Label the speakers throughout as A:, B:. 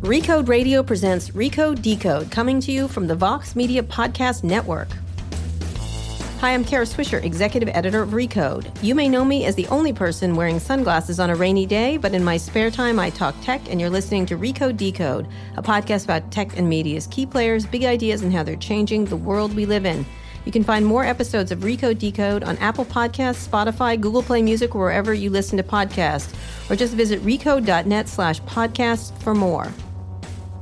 A: Recode Radio presents Recode Decode, coming to you from the Vox Media Podcast Network. Hi, I'm Kara Swisher, executive editor of Recode. You may know me as the only person wearing sunglasses on a rainy day, but in my spare time, I talk tech, and you're listening to Recode Decode, a podcast about tech and media's key players, big ideas, and how they're changing the world we live in. You can find more episodes of Recode Decode on Apple Podcasts, Spotify, Google Play Music, or wherever you listen to podcasts, or just visit recode.net slash podcasts for more.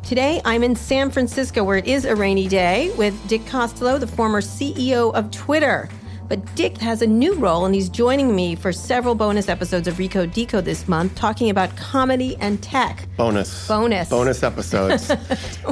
A: Today, I'm in San Francisco, where it is a rainy day, with Dick Costolo, the former CEO of Twitter. But Dick has a new role, and he's joining me for several bonus episodes of Recode Decode this month, talking about comedy and tech.
B: Bonus.
A: Bonus.
B: Bonus episodes.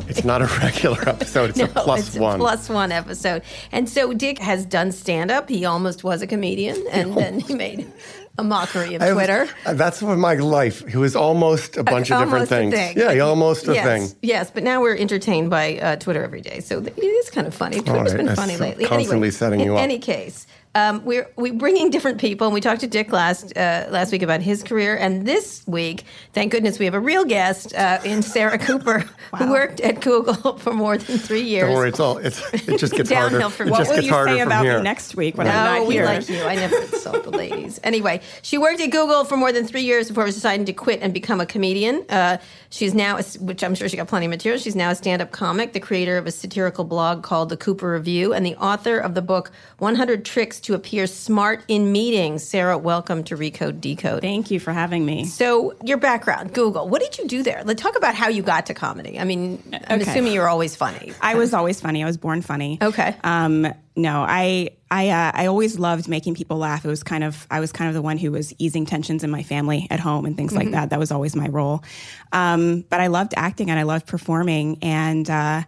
B: it's not a regular episode. It's a plus
A: it's
B: one.
A: A plus one episode. And so Dick has done stand up. He almost was a comedian, and then he made a mockery of
B: I was-
A: Twitter.
B: uh, that's what my life. It was almost a bunch of different
A: Almost a
B: things.
A: thing.
B: Yeah, almost a
A: yes,
B: thing.
A: Yes, but now we're entertained by uh, Twitter every day, so th- it is kind of funny. Twitter's
B: right,
A: been
B: that's
A: funny
B: so-
A: lately.
B: constantly
A: anyway,
B: setting
A: in
B: you up.
A: any case, um, we're we bringing different people, and we talked to Dick last uh, last week about his career, and this week, thank goodness, we have a real guest uh, in Sarah Cooper, who worked at Google for more than three years.
B: Don't worry, it's all. It's it just gets harder.
A: Downhill from
B: it
A: here.
B: just
A: What will
B: gets harder from here.
C: week when
A: no, Oh, we like you. I never insult the ladies. Anyway, she worked at Google for more than three years before deciding to quit and become a comedian. Uh, she's now, a- which I'm sure she got plenty of material. She's now a stand-up comic, the creator of a satirical blog called The Cooper Review, and the author of the book 100 Tricks to Appear Smart in Meetings. Sarah, welcome to Recode Decode.
C: Thank you for having me.
A: so your background, Google. What did you do there? Let's talk about how you got to comedy. I mean, I'm
C: Okay.
A: assuming you're always funny.
C: I was always funny. I was born funny.
A: Okay.
C: Um, no, I I uh, I always loved making people laugh. It was kind of I was kind of the one who was easing tensions in my family at home and things like
A: Mm-hmm.
C: that. That was always my role. Um, but I loved acting and I loved performing and uh,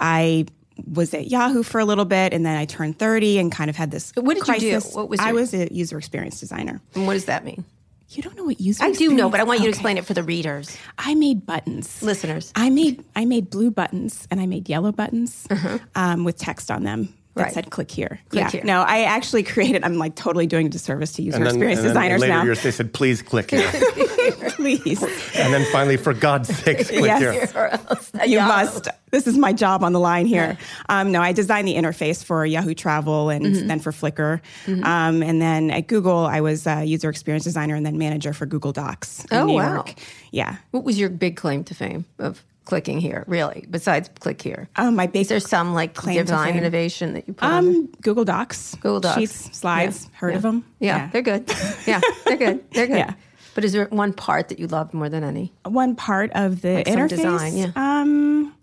C: I was at Yahoo for a little bit and then I turned 30 and kind of had this
A: What did you do?
C: crisis.
A: What was
C: I
A: your-
C: was a user experience designer.
A: And what does that mean?
C: You don't know what user
A: I do know,
C: experience-
A: but I want you to
C: Okay.
A: explain it for the readers,
C: I made buttons.
A: listeners.
C: I made I made blue buttons and I made yellow buttons um, with text on them that
A: Uh-huh. Right.
C: said "click here."
A: Click
C: yeah,
A: here.
C: no, I actually created. I'm like totally doing a disservice to user
B: And then,
C: experience
B: and then
C: designers
B: later
C: now.
B: years, they said, "Please click here,"
C: Please,
B: and then finally, for God's sake, click
C: Yes.
B: here.
A: or else that
C: you
A: y'all-
C: must. This is my job on the line here. Um, no, I designed the interface for Yahoo Travel and
A: Mm-hmm.
C: then for Flickr, um, and then at Google, I was a user experience designer and then manager for Google Docs. In
A: Oh,
C: New
A: wow.
C: York. Yeah.
A: What was your big claim to fame of clicking here? Really, besides click here,
C: Um, my big
A: is there some like
C: claim to
A: divine
C: fame?
A: innovation that you put on?
C: um, Google Docs,
A: Google Docs.
C: sheets, slides. Heard of them?
A: Yeah, they're good. Yeah, they're good. They're good.
C: Yeah.
A: But is there one part that you loved more than any?
C: one part of the
A: Like some
C: interface.
A: design, yeah.
C: Um,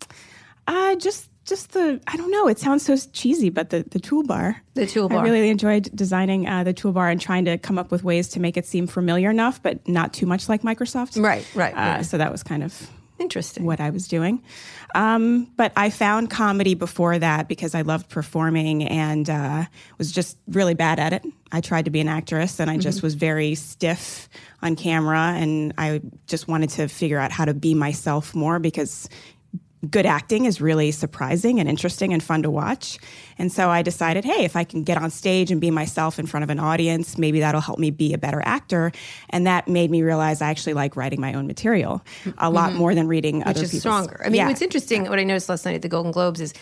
C: uh, just just the I don't know. It sounds so cheesy, but the the toolbar.
A: The toolbar.
C: I really enjoyed designing uh, the toolbar and trying to come up with ways to make it seem familiar enough, but not too much like Microsoft.
A: Right, right,
C: Uh,
A: right.
C: So that was kind of
A: Interesting.
C: what I was doing. Um, but I found comedy before that because I loved performing and uh, was just really bad at it. I tried to be an actress and I just was very stiff on camera and I just wanted to figure out how to be myself more because good acting is really surprising and interesting and fun to watch. And so I decided, hey, if I can get on stage and be myself in front of an audience, maybe that'll help me be a better actor. And that made me realize I actually like writing my own material a lot more than reading other
A: Which is
C: people's.
A: stronger. I mean,
C: Yeah.
A: what's interesting, what I noticed last night at the Golden Globes is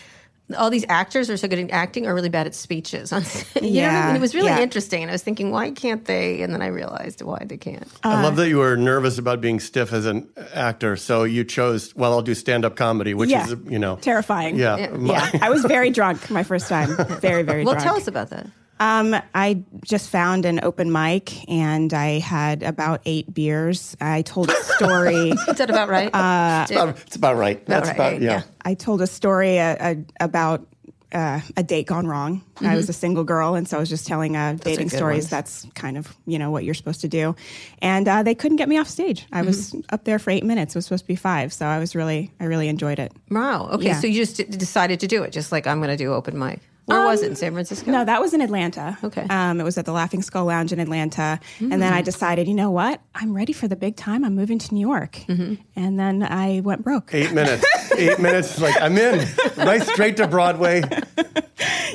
A: all these actors who are so good at acting are really bad at speeches on stage. You know what I
C: Yeah,
A: mean? It was really
C: yeah.
A: interesting. And I was thinking, why can't they? And then I realized why they can't.
C: Uh,
B: I love that you were nervous about being stiff as an actor, so you chose. Well, I'll do stand-up comedy, which
C: Yeah.
B: is you know
C: Terrifying.
B: Yeah,
C: Yeah, I was very drunk my first time. Very, very
A: well,
C: drunk.
A: tell us about that.
C: Um, I just found an open mic and I had about eight beers. I told a story.
A: Is that about right? Uh,
B: it's about right. That's
A: right,
B: about
A: right,
B: yeah.
A: yeah.
C: I told a story uh, uh, about uh, a date gone wrong. I was a single girl, and so I was just telling uh, dating
A: Mm-hmm. good
C: stories.
A: ones.
C: That's kind of you know what you're supposed to do. And uh, they couldn't get me off stage. I was
A: Mm-hmm.
C: up there for eight minutes. It was supposed to be five, so I was really, I really enjoyed it.
A: Wow. Okay.
C: Yeah.
A: So you just d- decided to do it, just like I'm going to do open mic. Where was it in San Francisco?
C: Um, No, that was in Atlanta.
A: Okay. Mm.
C: Um, it was at the Laughing Skull Lounge in Atlanta. And then I decided, you know what? I'm ready for the big time. I'm moving to New York.
A: Mm-hmm.
C: And then I went broke.
B: Eight minutes. Eight minutes. Like I'm in. Right straight to Broadway.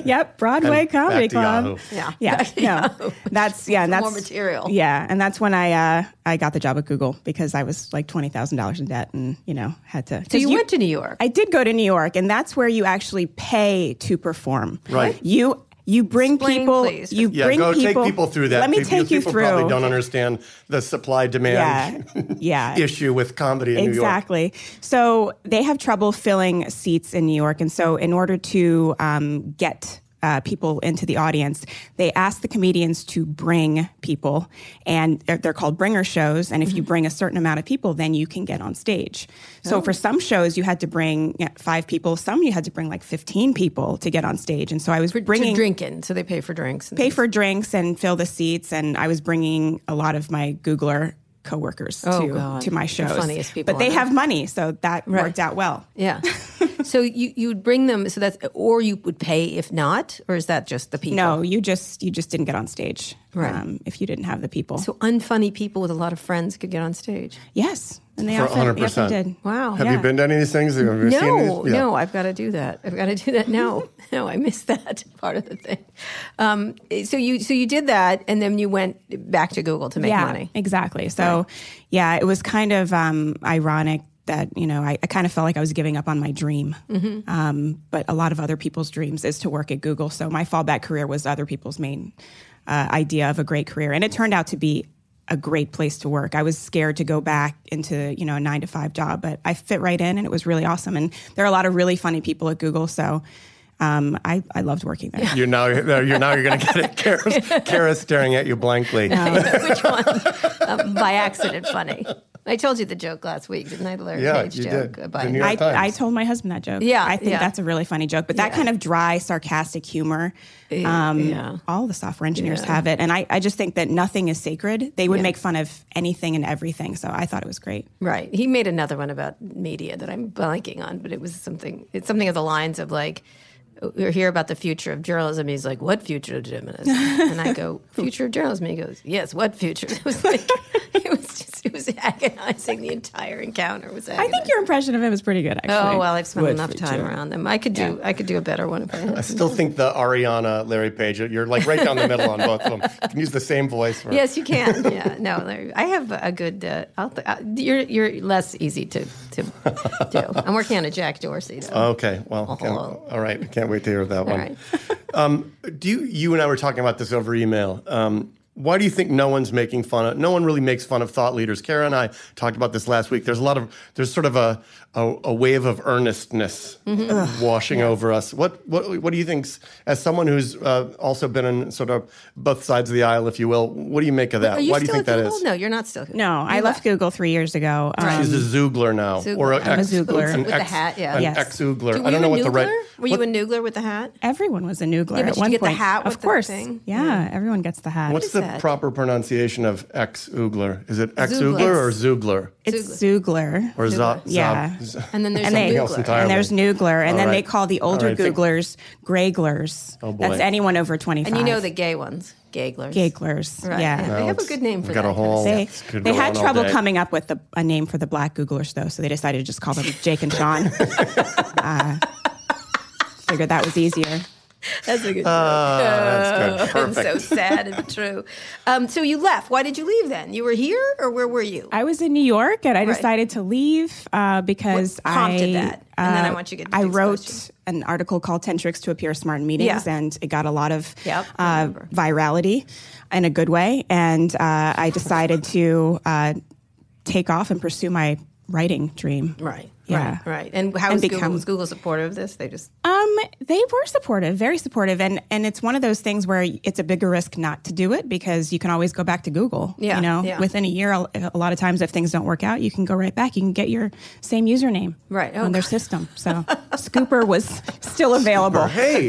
C: yep, Broadway
B: And back
C: Comedy
B: to
C: Club.
B: Yahoo.
A: Yeah.
C: Yeah,
A: Back to Yahoo.
C: no, that's yeah, and
A: For
C: that's
A: more material.
C: Yeah, and that's when I uh, I got the job at Google because I was like twenty thousand dollars in debt, and you know had to.
A: So you, went to New York.
C: I did go to New York, and that's where you actually pay to perform.
B: Right.
C: You you bring
A: Explain,
C: people.
A: please.
C: You
B: Yeah,
C: bring
B: go
C: people.
B: take people through that.
C: Let me
B: people,
C: take you
B: people
C: through.
B: probably don't understand the supply
C: yeah,
B: demand
C: yeah.
B: issue with comedy in
C: exactly. So they have trouble filling seats in New York, and so in order to um, get uh, people into the audience, they ask the comedians to bring people, and they're, they're called bringer shows. And if you bring a certain amount of people, then you can get on stage. So for some shows, you had to bring yeah, five people. Some you had to bring like fifteen people to get on stage. And so I was
A: to
C: bringing
A: drinking, so they pay for drinks. and
C: pay
A: things.
C: for drinks and fill the seats. And I was bringing a lot of my Googler coworkers
A: Oh,
C: to
A: God.
C: to my
A: The
C: shows.
A: funniest people
C: but they
A: on
C: have money, so that worked out well.
A: Yeah. so you you would bring them. So that's or you would pay if not, or is that just the people?
C: No, you just you just didn't get on stage um,
A: Right.
C: if you didn't have the people.
A: So unfunny people with a lot of friends could get on stage.
C: yes, and they
B: For
C: often, they
B: 100%.
C: often did.
A: Wow.
B: New York. Have
C: oh, Yeah.
B: you been to any of these things? Have you seen
A: No,
B: these? Yeah.
A: no, I've got to do that. I've got to do that now. no, I missed that part of the thing. Um, so you so you did that, and then you went back to Google to make
C: yeah,
A: money.
C: exactly. So yeah, it was kind of um, ironic that you know I, I kind of felt like I was giving up on my dream.
A: Mm-hmm.
C: Um, but a lot of other people's dreams is to work at Google. So my fallback career was other people's main uh, idea of a great career, and it turned out to be a great place to work. I was scared to go back into, you know, a 9 to 5 job, but I fit right in and it was really awesome and there are a lot of really funny people at Google, so um, I, I loved working there.
B: You're now you're now you're going to get it. Kara's, Kara's staring at you blankly.
A: Which one? Um, by accident, funny. I told you the joke last week, didn't I? The Larry
B: Yeah,
A: Page
B: you
A: joke.
B: did.
A: about-
B: The New York-
C: I,
B: Times.
C: I told my husband that joke.
A: Yeah,
C: I think
A: yeah.
C: that's a really funny joke. But that kind of dry, sarcastic humor, um,
A: yeah.
C: all the software engineers
A: Yeah.
C: have it. And I, I just think that nothing is sacred. They would make fun of anything and everything. So I thought it was great.
A: Right. He made another one about media that I'm blanking on, but it was something. It's something of the lines of like, we hear about the future of journalism. He's like, "What future of journalism?" And I go, "Future of journalism." He goes, "Yes, what future?" It was like, it was just, it was agonizing. The entire encounter was.
C: I
A: Agonizing.
C: think your impression of him is pretty good, actually.
A: Oh well, I've spent
C: Would
A: enough
C: for
A: time
C: sure.
A: around them. I could do. I could do a better one if I had.
B: I still think the Ariana Larry Page. You're like right down the middle on both of them. You can use the same voice. For
A: Yes, you can. Yeah, no, Larry, I have a good. Uh, I'll th- uh, you're you're less easy to to do. I'm working on a Jack Dorsey though.
B: Okay. Well. can-
A: Oh.
B: all right. I can't wait to hear that
A: All
B: one.
A: right.
B: Do you, you and I were talking about this over email. Um, why do you think no one's making fun of? No one really makes fun of thought leaders. Kara and I talked about this last week. There's a lot of there's sort of a a, a wave of earnestness
A: Mm-hmm.
B: Uh, washing over us. What what what do you think? As someone who's uh, also been in sort of both sides of the aisle, if you will, what do you make of that?
A: Are you
B: Why do
A: still
B: you think
A: at
B: that is?
A: Google? No, you're not still.
C: No, I left Google three years ago. Um,
B: She's a Zoogler now, or a,
A: Zoogler. I'm a
B: ex-
C: Zoogler.
B: an
A: With the
B: ex-
A: hat, yeah.
B: an
C: Yes.
B: ex-Zoogler.
A: Do- were
B: I don't
A: you
B: know
A: a
B: what the right.
A: Noogler? Were you a noogler with the hat?
C: everyone was a noogler
A: Yeah, but
C: at
A: you
C: one
A: get the
C: point.
A: hat with
C: of
A: the
C: course.
A: thing.
C: Yeah, everyone gets the hat.
B: What's the
A: that?
B: proper pronunciation of ex-Oogler? Is it ex-Oogler or Zoogler?
C: it's Zoogler.
B: Or Zob?
C: Yeah.
B: Zob-
A: And then there's
C: And
A: a
B: Something
C: they-
B: else
A: noogler.
B: entirely.
C: And there's Noogler, and then they
B: right.
C: call the older
B: All right, think-
C: Googlers Graglers. Oh
B: boy.
C: That's anyone over twenty-five.
A: And you know the gay ones, gagglers.
C: Gagglers.
A: Right.
C: Yeah.
A: They have a
B: it's-
A: good name
B: we've
A: for
B: got
A: that.
B: a whole-
A: kind
C: They,
B: It's good
C: they
B: to
C: had
B: go on all
C: trouble
B: day.
C: coming up with the, a name for the black Googlers, though, so they decided to just call them Jake and Sean. uh, figured that was easier.
A: of stuff. That's a good
B: Ah, that's good.
A: joke.
B: Uh, Perfect.
A: so sad and true. Um, so you left. Why did you leave then? You were here or where were you?
C: I was in New York and I decided to leave uh, because
A: What prompted
C: I uh,
A: that? And then I want you to get to
C: I
A: Dick's
C: wrote an article called 10 Tricks to Appear Smart in Meetings
A: Yeah.
C: and it got a lot of
A: Yep, I
C: uh,
A: remember.
C: virality in a good way. And uh, I decided to uh, take off and pursue my writing dream.
A: Right.
C: Yeah.
A: Right. Right. And how
C: And
A: was Google?
C: become-
A: Was Google supportive of this? They just
C: Um, they were supportive, very supportive, and and it's one of those things where it's a bigger risk not to do it because you can always go back to Google.
A: Yeah,
C: you know,
A: yeah.
C: within a year, a a lot of times if things don't work out, you can go right back. You can get your same username
A: Right. Oh,
C: on their
A: God.
C: system. So Scooper was still available.
B: hey,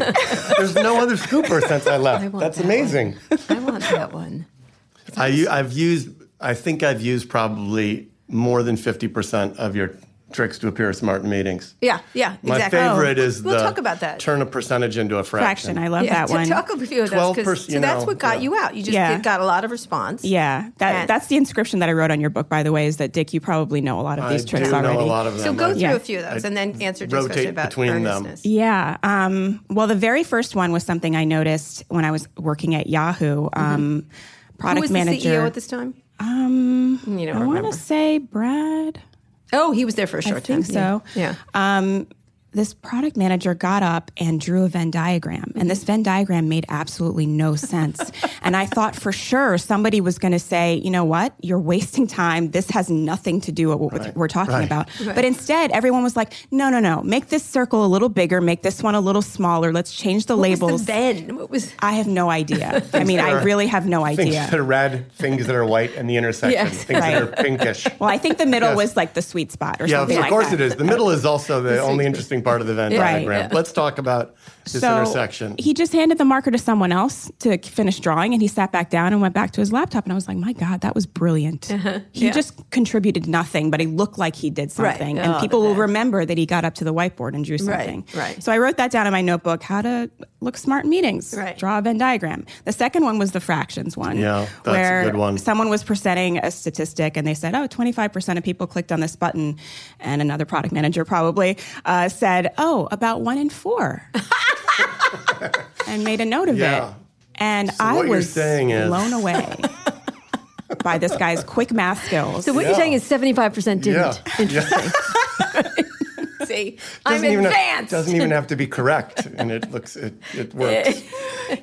B: there's no other scooper since I left.
A: want
B: That's
A: that
B: amazing.
A: I want that one.
B: I, u- I've used. I think I've used probably more than fifty percent of your tricks to appear smart in meetings.
A: Yeah, yeah,
B: My
A: exactly. Oh,
B: favorite is
A: We'll
B: the
A: talk about that.
B: turn a percentage into a fraction.
C: Fraction. I love
A: yeah,
C: that one.
A: To talk a few of those, 'cause-
B: 12%,
A: so
B: you
A: that's
B: know,
A: what got
B: yeah.
A: you out. You just
C: Yeah.
A: did- got a lot of response.
C: Yeah, that,
A: And-
C: that's the inscription that I wrote on your book, by the way, is that Dick, you probably know a lot of
B: I
C: these tricks
B: do know
C: already.
B: a lot of them.
A: So go
B: I-
A: through
C: Yeah.
A: a few of those
B: I
A: and then answer Jeff's question
B: rotate
A: about
B: between them.
A: earnestness.
C: Yeah. Um, well, the very first one was something I noticed when I was working at Yahoo. Um, Product
A: Mm-hmm. Who was
C: manager.
A: the CEO at this time?
C: um,
A: You don't
C: I want
A: remember.
C: to say Brad.
A: Oh, he was there for a short
C: I think
A: time.
C: so.
A: Yeah. yeah.
C: Um, this product manager got up and drew a Venn diagram, and
A: Mm-hmm.
C: this Venn diagram made absolutely no sense. and I thought for sure somebody was going to say, you know what, you're wasting time. This has nothing to do with what we're talking
B: Right.
C: about. But instead, everyone was like, no, no, no, make this circle a little bigger, make this one a little smaller, let's change the
A: What was
C: labels.
A: the Ben? What was
C: I have no idea. I mean, I really have no
B: Things
C: idea.
B: that are red, things that are white, and the intersection.
A: Yes.
B: Things that
C: Right.
B: are pinkish.
C: Well, I think the middle
B: Yes.
C: was like the sweet spot or
B: Yeah,
C: something
B: of
C: like
B: course
C: that.
B: it is. The middle is also the only interesting part of the Venn
A: Right.
B: diagram.
A: Yeah.
B: Let's talk about this intersection.
C: He just handed the marker to someone else to k- finish drawing, and he sat back down and went back to his laptop. And I was like, "My God, that was brilliant." He
A: Yeah.
C: just contributed nothing, but he looked like he did
A: Right.
C: something,
A: Oh,
C: and people
A: the
C: will
A: best.
C: remember that he got up to the whiteboard and drew something.
A: right.
C: So I wrote that down in my notebook: how to look smart in meetings,
A: Right.
C: draw a Venn diagram. The second one was the fractions one.
B: Yeah, that's a
C: where
B: good one.
C: Someone was presenting a statistic, and they said, "Oh, 25 percent of people clicked on this button," and another product manager probably uh, said, "Oh, about one in four and made a note of
B: Yeah.
C: it. And I
B: what you're
C: was
B: saying is-
C: blown away by this guy's quick math skills.
A: So what you're
B: Yeah.
A: saying is 75% didn't.
B: Yeah.
A: Interesting. See, I'm
B: Doesn't even have-
A: advanced.
B: doesn't even have to be correct, and it looks it, it
A: Um,
B: works.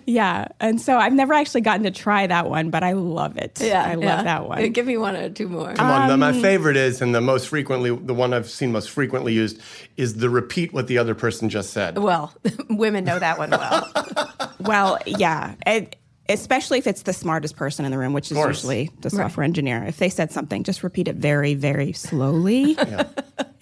C: yeah. And so I've never actually gotten to try that one, but I love it.
A: yeah,
C: I love
A: yeah.
C: that
A: Uh,
C: one.
A: Give me one or two more.
B: Come on, the- my favorite is, and the most frequently, the one I've seen most frequently used is the repeat what the other person just said.
A: well, women know that one well.
C: Well, yeah. It, especially if it's the smartest person in the room, which is
B: course.
C: usually the software engineer. If they said something, just repeat it very, very slowly.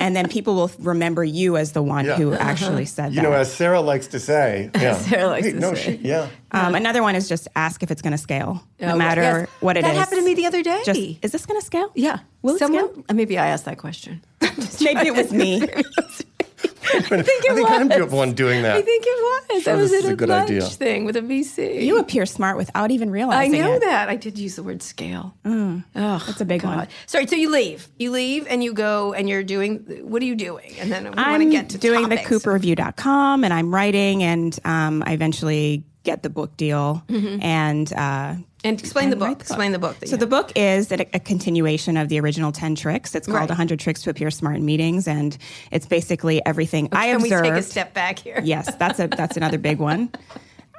C: And then people will remember you as the one
B: Yeah.
C: who actually said
B: You
C: that.
B: know, as Sarah likes to say, yeah.
A: Sarah likes
B: Wait,
A: to
B: no,
A: say.
B: She, yeah.
C: Um, another one is just ask if it's going to scale, no
A: Okay.
C: matter
A: Oh, Yes.
C: what it is.
A: That happened to me the other day.
C: Just, is this going to scale?
A: yeah.
C: Will it
A: Someone,
C: scale?
A: uh, maybe I asked that question.
C: Maybe it was me.
A: I think it
B: I think
A: was.
B: I'm the one doing that.
A: I think it was. I
B: Sure,
A: was
B: this is
A: at
B: a
A: a,
B: good
A: lunch
B: idea.
A: thing with a VC.
C: you appear smart without even
A: I
C: realizing
A: know
C: it. Oh,
A: that. I did use the word scale. Ugh,
C: that's a big one.
A: Sorry. So you leave. You leave and you go and you're doing. What are you doing? And then we want to
C: I'm
A: get to
C: doing
A: topics.
C: the CooperReview.com and I'm writing and um, I eventually get the book deal and uh,
A: and explain the
C: and write
A: book. Explain Mm-hmm. the book. that
C: So
A: you
C: the book is a, a continuation of the original Ten Tricks. It's called
A: Right.
C: 100 Tricks to Appear Smart in Meetings, and it's basically everything I
A: Can
C: observed.
A: we take a step back here?
C: Yes, that's a that's another big one.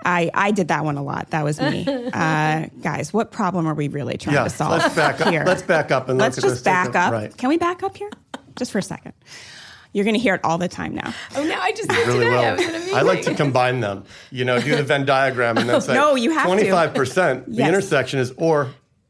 C: I I did that one a lot. That was me, uh, guys. What problem are we really trying
B: yeah.
C: to solve
B: Let's back up.
C: here?
B: Let's back up and
C: Let's
B: look at
C: just
B: this take
C: back
B: of-
C: up.
B: Right.
C: Can we back up here, just for a second? You're going to hear it all the time now.
A: Oh, now I just did
B: really
A: today. I
B: well.
A: was in a meeting.
B: I like to combine them. You know, do the Venn diagram and then say
C: No, you have to.
B: 25%. The
C: Yes.
B: intersection is or a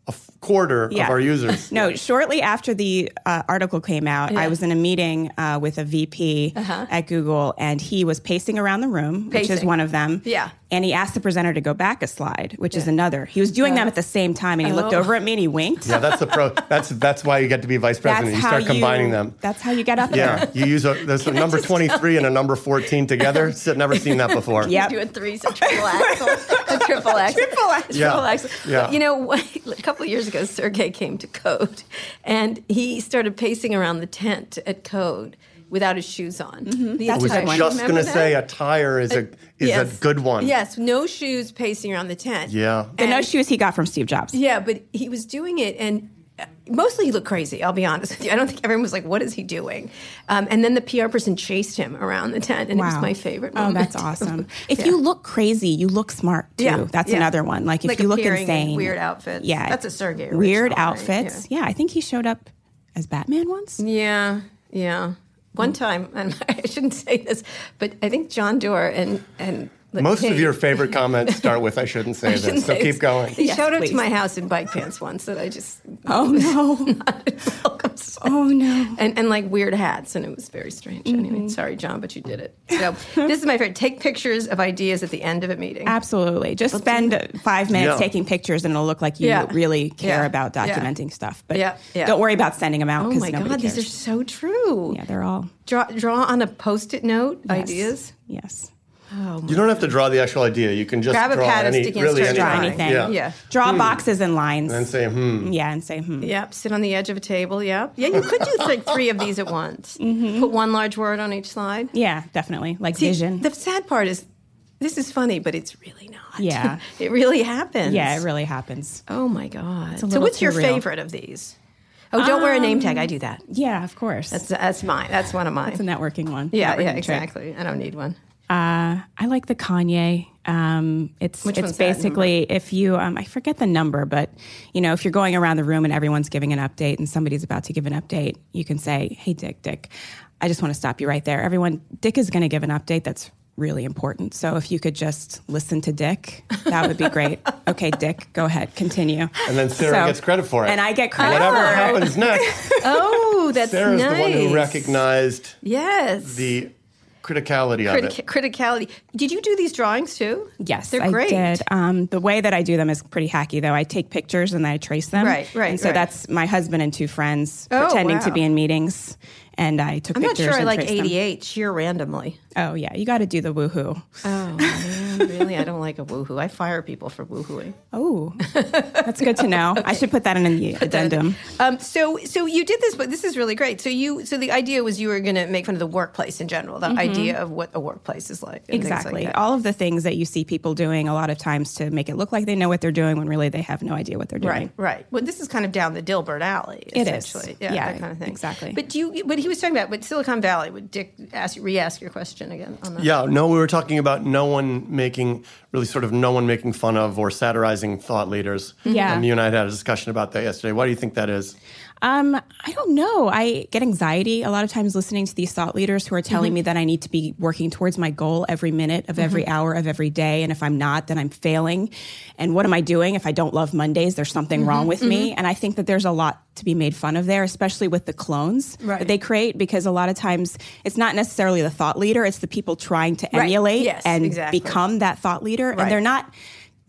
B: f- quarter
C: Yeah.
B: of our users.
C: No, shortly after the uh, article came out, I was in a meeting uh, with a VP
B: Uh-huh.
C: at Google, and he was pacing around the room, which is
A: Pacing.
C: one of them.
A: Yeah.
C: And he asked the presenter to go back a slide, which is another. He was doing them at the same time, and he looked
A: Oh.
C: over at me and he winked.
B: Yeah, that's the pro. That's that's why you get to be vice
C: That's
B: president. you
C: how
B: start combining
C: you,
B: them.
C: That's how you get up there.
B: Yeah, you use a there's a number 23 and a number 14 together. It's never seen that before.
C: Yeah.
A: You do a three, a triple axel, a triple axel,
C: Triple axel.
B: Yeah.
A: triple axel.
B: Yeah.
A: You know, a couple of years ago, Sergey came to Code, and he started pacing around the tent at Code without his shoes on. The
C: Mm-hmm. That's
B: I was
C: a good
A: entire-
C: one.
B: just
A: Remember
B: gonna
A: that?
B: say a tire is a is
A: Yes.
B: a good one.
A: Yes, no shoes pacing around the tent.
B: Yeah.
C: The no
A: And-
C: shoes he got from Steve Jobs.
A: Yeah, but he was doing it, and uh, mostly he looked crazy. I'll be honest with you. I don't think everyone was like, "What is he doing?" Um, and then the PR person chased him around the tent, and it was my favorite.
C: Oh,
A: Moment.
C: that's awesome. If you look crazy, you look smart too.
A: Yeah,
C: That's
A: yeah.
C: another one. Like if
A: Like
C: you look
A: appearing in
C: insane,
A: weird outfits.
C: Yeah,
A: That's a Sergey original,
C: Weird
A: right?
C: outfits. Yeah. I think he showed up as Batman once.
A: Yeah, yeah. One time, and I shouldn't say this, but I think John Doerr and and
B: Most of your favorite comments start with "I shouldn't say this,"
A: shouldn't
B: so
A: say
B: keep
A: this.
B: going.
A: He
C: Yes,
A: showed up
C: please.
A: to my house in bike pants once that I just
C: Oh no!
A: welcome set.
C: Oh no! Mm-hmm.
A: and and like weird hats, and it was very strange. Anyway, sorry, John, but you did it. So this is my favorite. Take pictures of ideas at the end of a meeting.
C: Absolutely. Just spend five minutes
B: Yeah.
C: taking pictures, and it'll look like you
A: Yeah.
C: really care
A: Yeah.
C: about
A: Yeah.
C: documenting stuff. But
A: Yeah. Yeah.
C: don't worry about sending them out
A: Oh
C: because
A: my
C: nobody
A: God,
C: cares.
A: these are so true.
C: yeah, they're all
A: Draw draw on a post-it note
C: yes.
A: ideas.
C: Yes.
B: You don't have to draw the actual idea. You can just
A: Grab a
B: draw
A: pad and
B: any,
A: stick it and
B: really
A: start
B: any-
C: Draw
A: Drawing.
C: anything.
B: Yeah.
A: Yeah. Hmm.
C: Draw boxes and lines.
B: and say, "Hmm,
C: yeah, and say, hmm.
A: Yep. Sit on the edge of a table. Yep. Yeah, you could do like three of these at once. Put one large word on each slide.
C: Mm-hmm. Yeah, definitely. Like
A: See,
C: vision.
A: The sad part is, this is funny, but it's really not.
C: Yeah.
A: it really happens.
C: yeah, it really happens.
A: Oh my god. So
C: little
A: what's
C: too
A: your
C: real.
A: favorite of these? Oh, don't wear a name tag. I do that.
C: Yeah, of course. That's
A: That's, that's mine. That's one of mine.
C: a networking one.
A: yeah,
C: Networking
A: yeah,
C: trick.
A: exactly. I don't need one.
C: I like the Kanye. Um, it's
A: Which
C: it's
A: one's that number?
C: basically if you um, I forget the number, but you know if you're going around the room and everyone's giving an update and somebody's about to give an update, you can say, "Hey, Dick, Dick, I just want to stop you right there. Everyone, Dick is going to give an update that's really important. So if you could just listen to Dick, that would be great. okay, Dick, go ahead, continue.
B: And then Sarah
C: So-
B: gets credit for it.
C: and I get credit.
B: Whatever
C: for it.
B: happens next,
A: Oh, that's
B: Sarah's
A: Ah. nice.
B: the one who recognized
A: Yes.
B: the criticality of it.
A: Critica- criticality. Did you do these drawings too?
C: Yes,
A: they're
C: I
A: great.
C: did. Um, the way that I do them is pretty hacky, though. I take pictures and then I trace them.
A: Right, right,
C: And so
A: right.
C: that's my husband and two friends
A: Oh,
C: pretending to
A: wow.
C: be in meetings, and I took
A: I'm not
C: pictures.
A: sure I
C: and
A: like
C: traced them.
A: 88 sheer randomly.
C: Oh yeah, you got to do the woohoo.
A: Oh man, really? I don't like a woohoo. I fire people for woohooing.
C: Oh, that's good to know. I should put that in the addendum.
A: Um, so, so you did this, but this is really great. So you, so the idea was you were going to make fun of the workplace in general, the idea of what a workplace is like. and things like
C: Mm-hmm. Exactly.
A: that.
C: All of the things that you see people doing a lot of times to make it look like they know what they're doing when really they have no idea what they're doing.
A: Right, right. Well, this is kind of down the Dilbert alley.
C: It is.
A: Essentially. Yeah,
C: Yeah,
A: that kind of thing.
C: exactly.
A: But do you? But he was talking about. But Silicon Valley. Would Dick ask re-ask your question again on that?
B: Yeah, no, we were talking about no one making really sort of no one making fun of or satirizing thought leaders.
A: Mm-hmm.
C: Yeah.
B: Um, you and I had had a discussion about that yesterday. Why do you think that is?
C: Um, I don't know. I get anxiety a lot of times listening to these thought leaders who are
A: Mm-hmm.
C: telling me that I need to be working towards my goal every minute of every hour of every day. And if I'm not, then I'm failing. And what am I doing? If I don't love Mondays, there's something wrong
A: Mm-hmm.
C: with me. And I think that there's a lot to be made fun of there, especially with the clones
A: Right.
C: that they create, because a lot of times it's not necessarily the thought leader, it's the people trying to
A: Right.
C: emulate
A: Yes,
C: and
A: exactly.
C: become that thought leader.
A: Right.
C: And they're not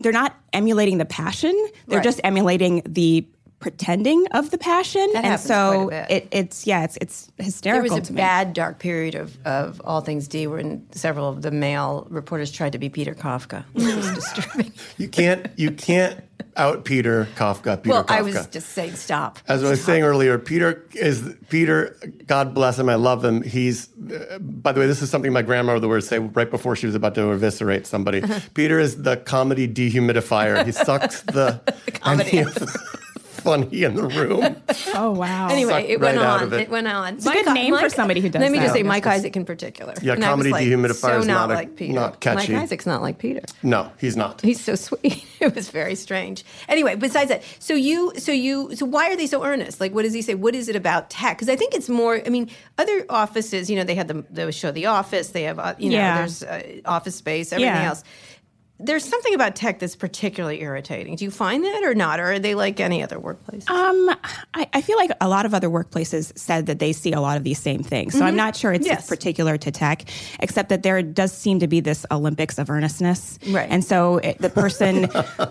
C: they're not emulating the passion. They're
A: Right.
C: just emulating the pretending of the passion
A: That
C: and
A: happens
C: so
A: quite a bit.
C: it, it's yeah, it's it's
A: There
C: hysterical
A: was
C: to
A: a
C: me.
A: bad dark period of, of all things D when several of the male reporters tried to be Peter Kafka, which was disturbing.
B: You can't you can't out Peter Kafka. Peter
A: well,
B: Kafka.
A: I was just saying stop.
B: As I was saying earlier, Peter is Peter. God bless him. I love him. He's. uh, By the way, this is something my grandmother would say right before she was about to eviscerate somebody.
A: Uh-huh.
B: Peter is the comedy dehumidifier. He sucks the
A: Comedy.
B: any of the funny in the room.
C: oh wow.
A: Anyway,
B: Sucked
A: it went
B: right out
A: on.
B: of
A: It.
B: it.
A: went on. It's
C: a good name for somebody who does
A: Let me
C: that.
A: just say,
C: Yeah.
A: Mike Isaac in particular.
B: Yeah,
A: And I was
B: comedy
A: like,
B: dehumidifier
A: so
B: is
A: not
B: not a-
A: like Peter.
B: not catchy.
A: Mike Isaac's not like Peter.
B: No, he's not.
A: He's so sweet. It was very strange. Anyway, besides that, so you, so you, so why are they so earnest? Like, what does he say? What is it about tech? Because I think it's more. I mean, other offices, you know, they had the, the show The Office. They have, uh, you know,
C: Yeah.
A: there's uh, Office Space, everything
C: Yeah.
A: else. There's something about tech that's particularly irritating. Do you find that or not? Or are they like any other workplace?
C: Um, I, I feel like a lot of other workplaces said that they see a lot of these same things. So I'm not sure it's
A: Mm-hmm. Yes.
C: particular to tech, except that there does seem to be this Olympics of earnestness.
A: Right.
C: And so it, the person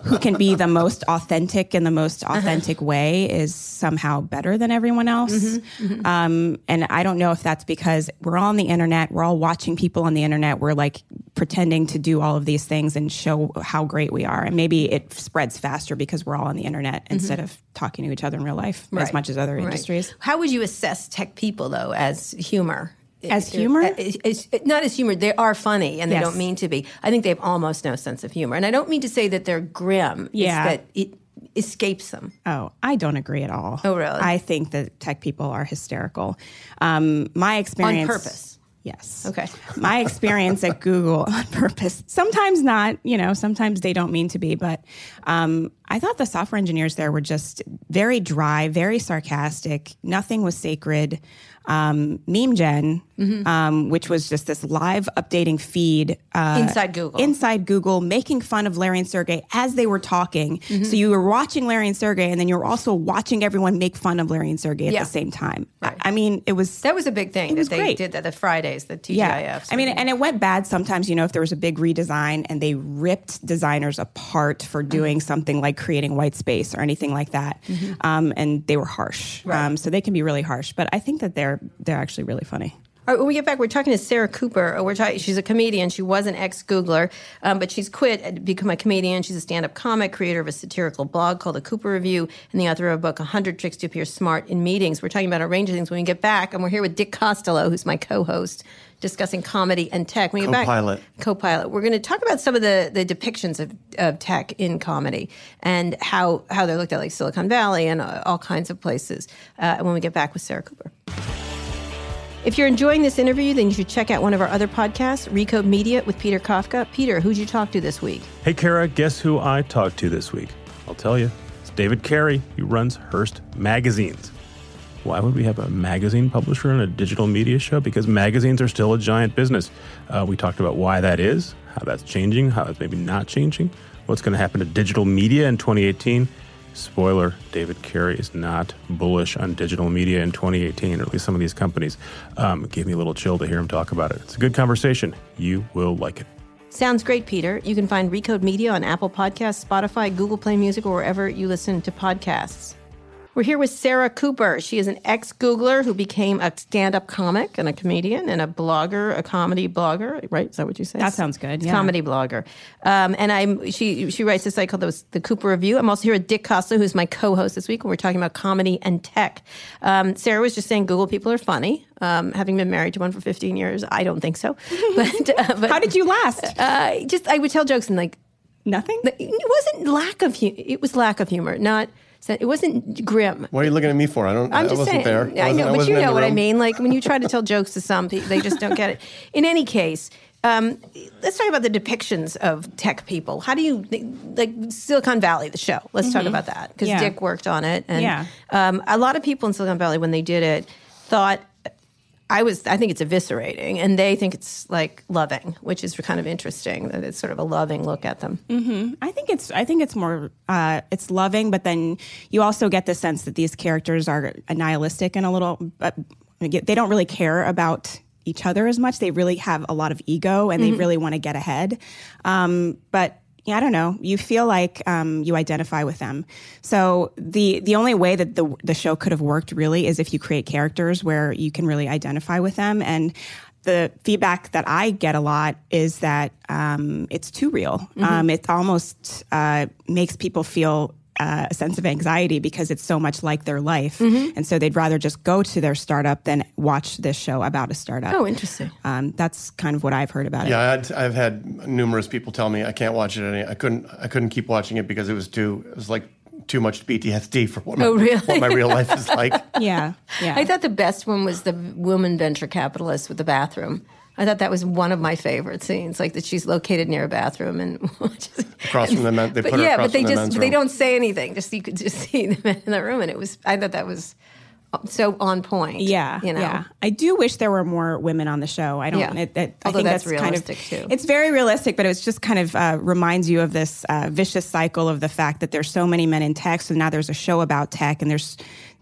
C: who can be the most authentic in the most
A: Uh-huh.
C: authentic way is somehow better than everyone else.
A: Mm-hmm.
C: Um, and I don't know if that's because we're all on the internet, we're all watching people on the internet, we're like pretending to do all of these things and show how great we are. And maybe it spreads faster because we're all on the internet instead of talking to each other in real life as
A: Mm-hmm. Right.
C: much as other
A: Right.
C: industries.
A: How would you assess tech people though as humor?
C: As humor?
A: As- as- not as humor. They are funny and they
C: Yes.
A: don't mean to be. I think they have almost no sense of humor. And I don't mean to say that they're grim.
C: Yeah.
A: It's that it escapes them.
C: Oh, I don't agree at all.
A: Oh, really?
C: I think that tech people are hysterical. Um, my experience
A: purpose?
C: Yes.
A: Okay.
C: my experience at Google on purpose. Sometimes not, you know, sometimes they don't mean to be, but um, I thought the software engineers there were just very dry, very sarcastic. Nothing was sacred. Um, meme gen
A: Mm-hmm.
C: um, which was just this live updating feed uh,
A: Inside Google.
C: inside Google, making fun of Larry and Sergey as they were talking.
A: Mm-hmm.
C: So you were watching Larry and Sergey, and then you were also watching everyone make fun of Larry and Sergey at
A: Yeah.
C: the same time. I-
A: Right.
C: I, mean, it was
A: That was a big thing
C: was
A: that they
C: great.
A: did that the Fridays, the TGIFs.
C: yeah. I mean, and it went bad sometimes. You know, if there was a big redesign and they ripped designers apart for doing something like creating white space or anything like that, um, and they were harsh.
A: Right.
C: Um, so they can be really harsh, but I think that they're they're actually really funny.
A: All right, when we get back, we're talking to Sarah Cooper. Uh, We're talking. She's a comedian. She was an ex Googler, um, but she's quit and become a comedian. She's a stand up comic, creator of a satirical blog called The Cooper Review, and the author of a book, 100 Tricks to Appear Smart in Meetings. We're talking about a range of things when we get back, and we're here with Dick Costello, who's my co host, discussing comedy and tech. When we get back-
B: Co-pilot.
A: co-pilot we're going to talk about some of the, the depictions of, of tech in comedy and how, how they're looked at like silicon valley and uh, all kinds of places uh, when we get back with sarah cooper if you're enjoying this interview then you should check out one of our other podcasts recode media with peter kafka peter who'd you talk to this week
D: Hey, Kara, guess who I talked to this week? I'll tell you. It's David Carey. He runs Hearst Magazines. Why would we have a magazine publisher and a digital media show? Because magazines are still a giant business. Uh, we talked about why that is, how that's changing, how it's maybe not changing, what's going to happen to digital media in 2018. Spoiler David Carey is not bullish on digital media in 2018, or at least some of these companies. Um, it gave me a little chill to hear him talk about it. It's a good conversation. You will like it.
A: sounds great peter you can find recode media on apple podcasts spotify google play music or wherever you listen to podcasts We're here with Sarah Cooper. She is an ex Googler who became a stand up comic and a comedian and a blogger, a comedy blogger, right? Is that what you say?
C: That sounds good,
A: It's
C: yeah.
A: Comedy blogger. Um, and I'm she she writes this site called the, the Cooper Review. I'm also here with Dick Costa, who's my co host this week, and we're talking about comedy and tech. Um, Sarah was just saying Google people are funny. Um, having been married to one for 15 years, I don't think so. But, uh, but
C: How did you last?
A: uh, just I would tell jokes and like
C: Nothing.
A: it wasn't lack of hu- it was lack of humor, not it wasn't grim.
B: What are you looking at me for? I don't.
A: I'm
B: I
A: just
B: wasn't
A: saying.
B: there.
A: I
B: wasn't-
A: know, but
B: wasn't
A: you
B: in
A: know
B: the
A: what I
B: room.
A: mean. Like when you try to tell jokes to some people, they just don't get it. In any case, um, let's talk about the depictions of tech people. How do you like Silicon Valley, the show? Let's talk about that because
C: Mm-hmm. Yeah.
A: Dick worked on it, and
C: Yeah.
A: um, a lot of people in Silicon Valley when they did it thought. I was. I think it's eviscerating, and they think it's like loving, which is kind of interesting. That it's sort of a loving look at them.
C: Mm. I think it's I think it's more uh, it's loving, but then you also get the sense that these characters are nihilistic and a little. Uh, they don't really care about each other as much. They really have a lot of ego and they really want to get ahead. Um, but yeah, I don't know. You feel like um, you identify with them. So the the only way that the the show could have worked really is if you create characters where you can really identify with them and the feedback that I get a lot is that um, it's too real.
A: Mm-hmm.
C: Um, it almost uh, makes people feel uh, a sense of anxiety because it's so much like their life,
A: Mm-hmm.
C: and so they'd rather just go to their startup than watch this show about a startup.
A: Oh, interesting.
C: Um, that's kind of what I've heard about it.
B: Yeah, I had, I've had numerous people tell me I can't watch it. Any, I couldn't. I couldn't keep watching it because it was too. It was like too much PTSD for what my,
A: Oh, really?
B: what my real life is like.
C: Yeah, yeah.
A: I thought the best one was the woman venture capitalist with the bathroom. I thought that was one of my favorite scenes, like that she's located near a bathroom and just,
B: Across from the men, they
A: but
B: put her
A: yeah,
B: across
A: but they
B: from the
A: just
B: men's
A: they
B: room.
A: don't say anything. Just you could just see the men in the room, and it was I thought that was uh, so on point.
C: Yeah,
A: you know,
C: yeah. I do wish there were more women on the show. I don't.
A: Yeah.
C: It, it, I
A: Although
C: think
A: that's
C: that's,
A: realistic,
C: kind
A: too.
C: of, It's very realistic, but it's just kind of uh, reminds you of this uh, vicious cycle of the fact that there's so many men in tech, so now there's a show about tech, and there's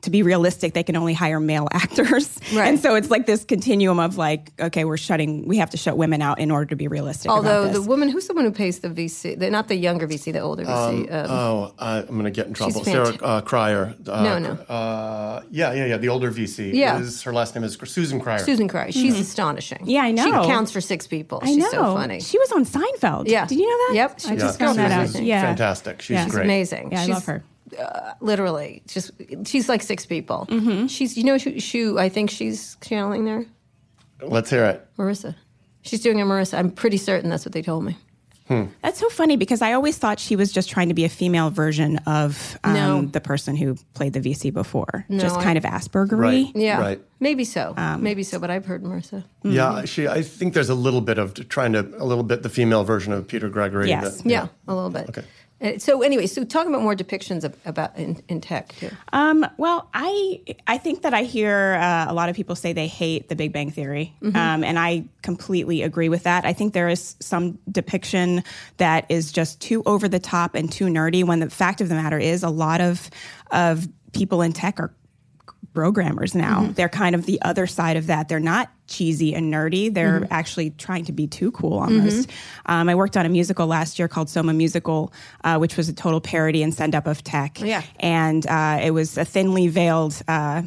C: to be realistic, they can only hire male actors,
A: Right.
C: and so it's like this continuum of like, okay, we're shutting, we have to shut women out in order to be realistic. about
A: Although
C: this.
A: the woman, who's the one who pays the VC? The, not the younger VC, the older VC. Um,
C: uh,
B: Oh, I, I'm gonna get in trouble. Sarah
A: fant-
B: uh, Cryer. Uh,
A: No, no.
B: Uh, yeah, yeah, yeah. The older VC.
A: Yeah.
B: Is, her last name is Susan Cryer.
A: Susan Cryer. She's astonishing.
C: mm-hmm. Yeah, I
A: She
C: know.
A: counts for six people.
C: I
A: She's
C: know
A: so funny.
C: She was on Seinfeld.
A: Yeah.
C: did you know that?
A: Yep.
C: I
A: She's
C: just
A: a
C: found that out.
B: Susan's
C: Yeah,
B: fantastic. She's
C: Yeah. She's
B: great.
A: amazing.
C: Yeah, I
A: she's,
C: love her.
A: Uh, literally, just she's like six people.
C: Mm-hmm.
A: She's you know who, who I think she's channeling there,
B: Let's hear it.
A: Marissa. She's doing a Marissa. I'm pretty certain that's what they told me.
C: That's so funny because I always thought she was just trying to be a female version of um,
A: No.
C: the person who played the VC before, just
A: I-
C: kind of Aspergery.
B: Right.
A: Yeah,
B: Right.
A: maybe so,
C: Um,
A: maybe so. But I've heard Marissa.
B: Yeah, she. I think there's a little bit of trying to a little bit the female version of Peter Gregory.
C: Yes.
B: that-
A: Yeah, a little bit.
B: Okay.
A: Uh, So anyway, so talking about more depictions of, about in, in tech too.
C: Um, well, I I think that I hear uh, a lot of people say they hate The Big Bang Theory, um, and I completely agree with that. I think there is some depiction that is just too over the top and too nerdy. When the fact of the matter is, a lot of of people in tech are programmers now. They're kind of the other side of that. They're not cheesy and nerdy. They're actually trying to be too cool almost. Um, I worked on a musical last year called Soma Musical, uh, which was a total parody and send up of tech.
A: Yeah.
C: And uh, it was a thinly veiled. Uh,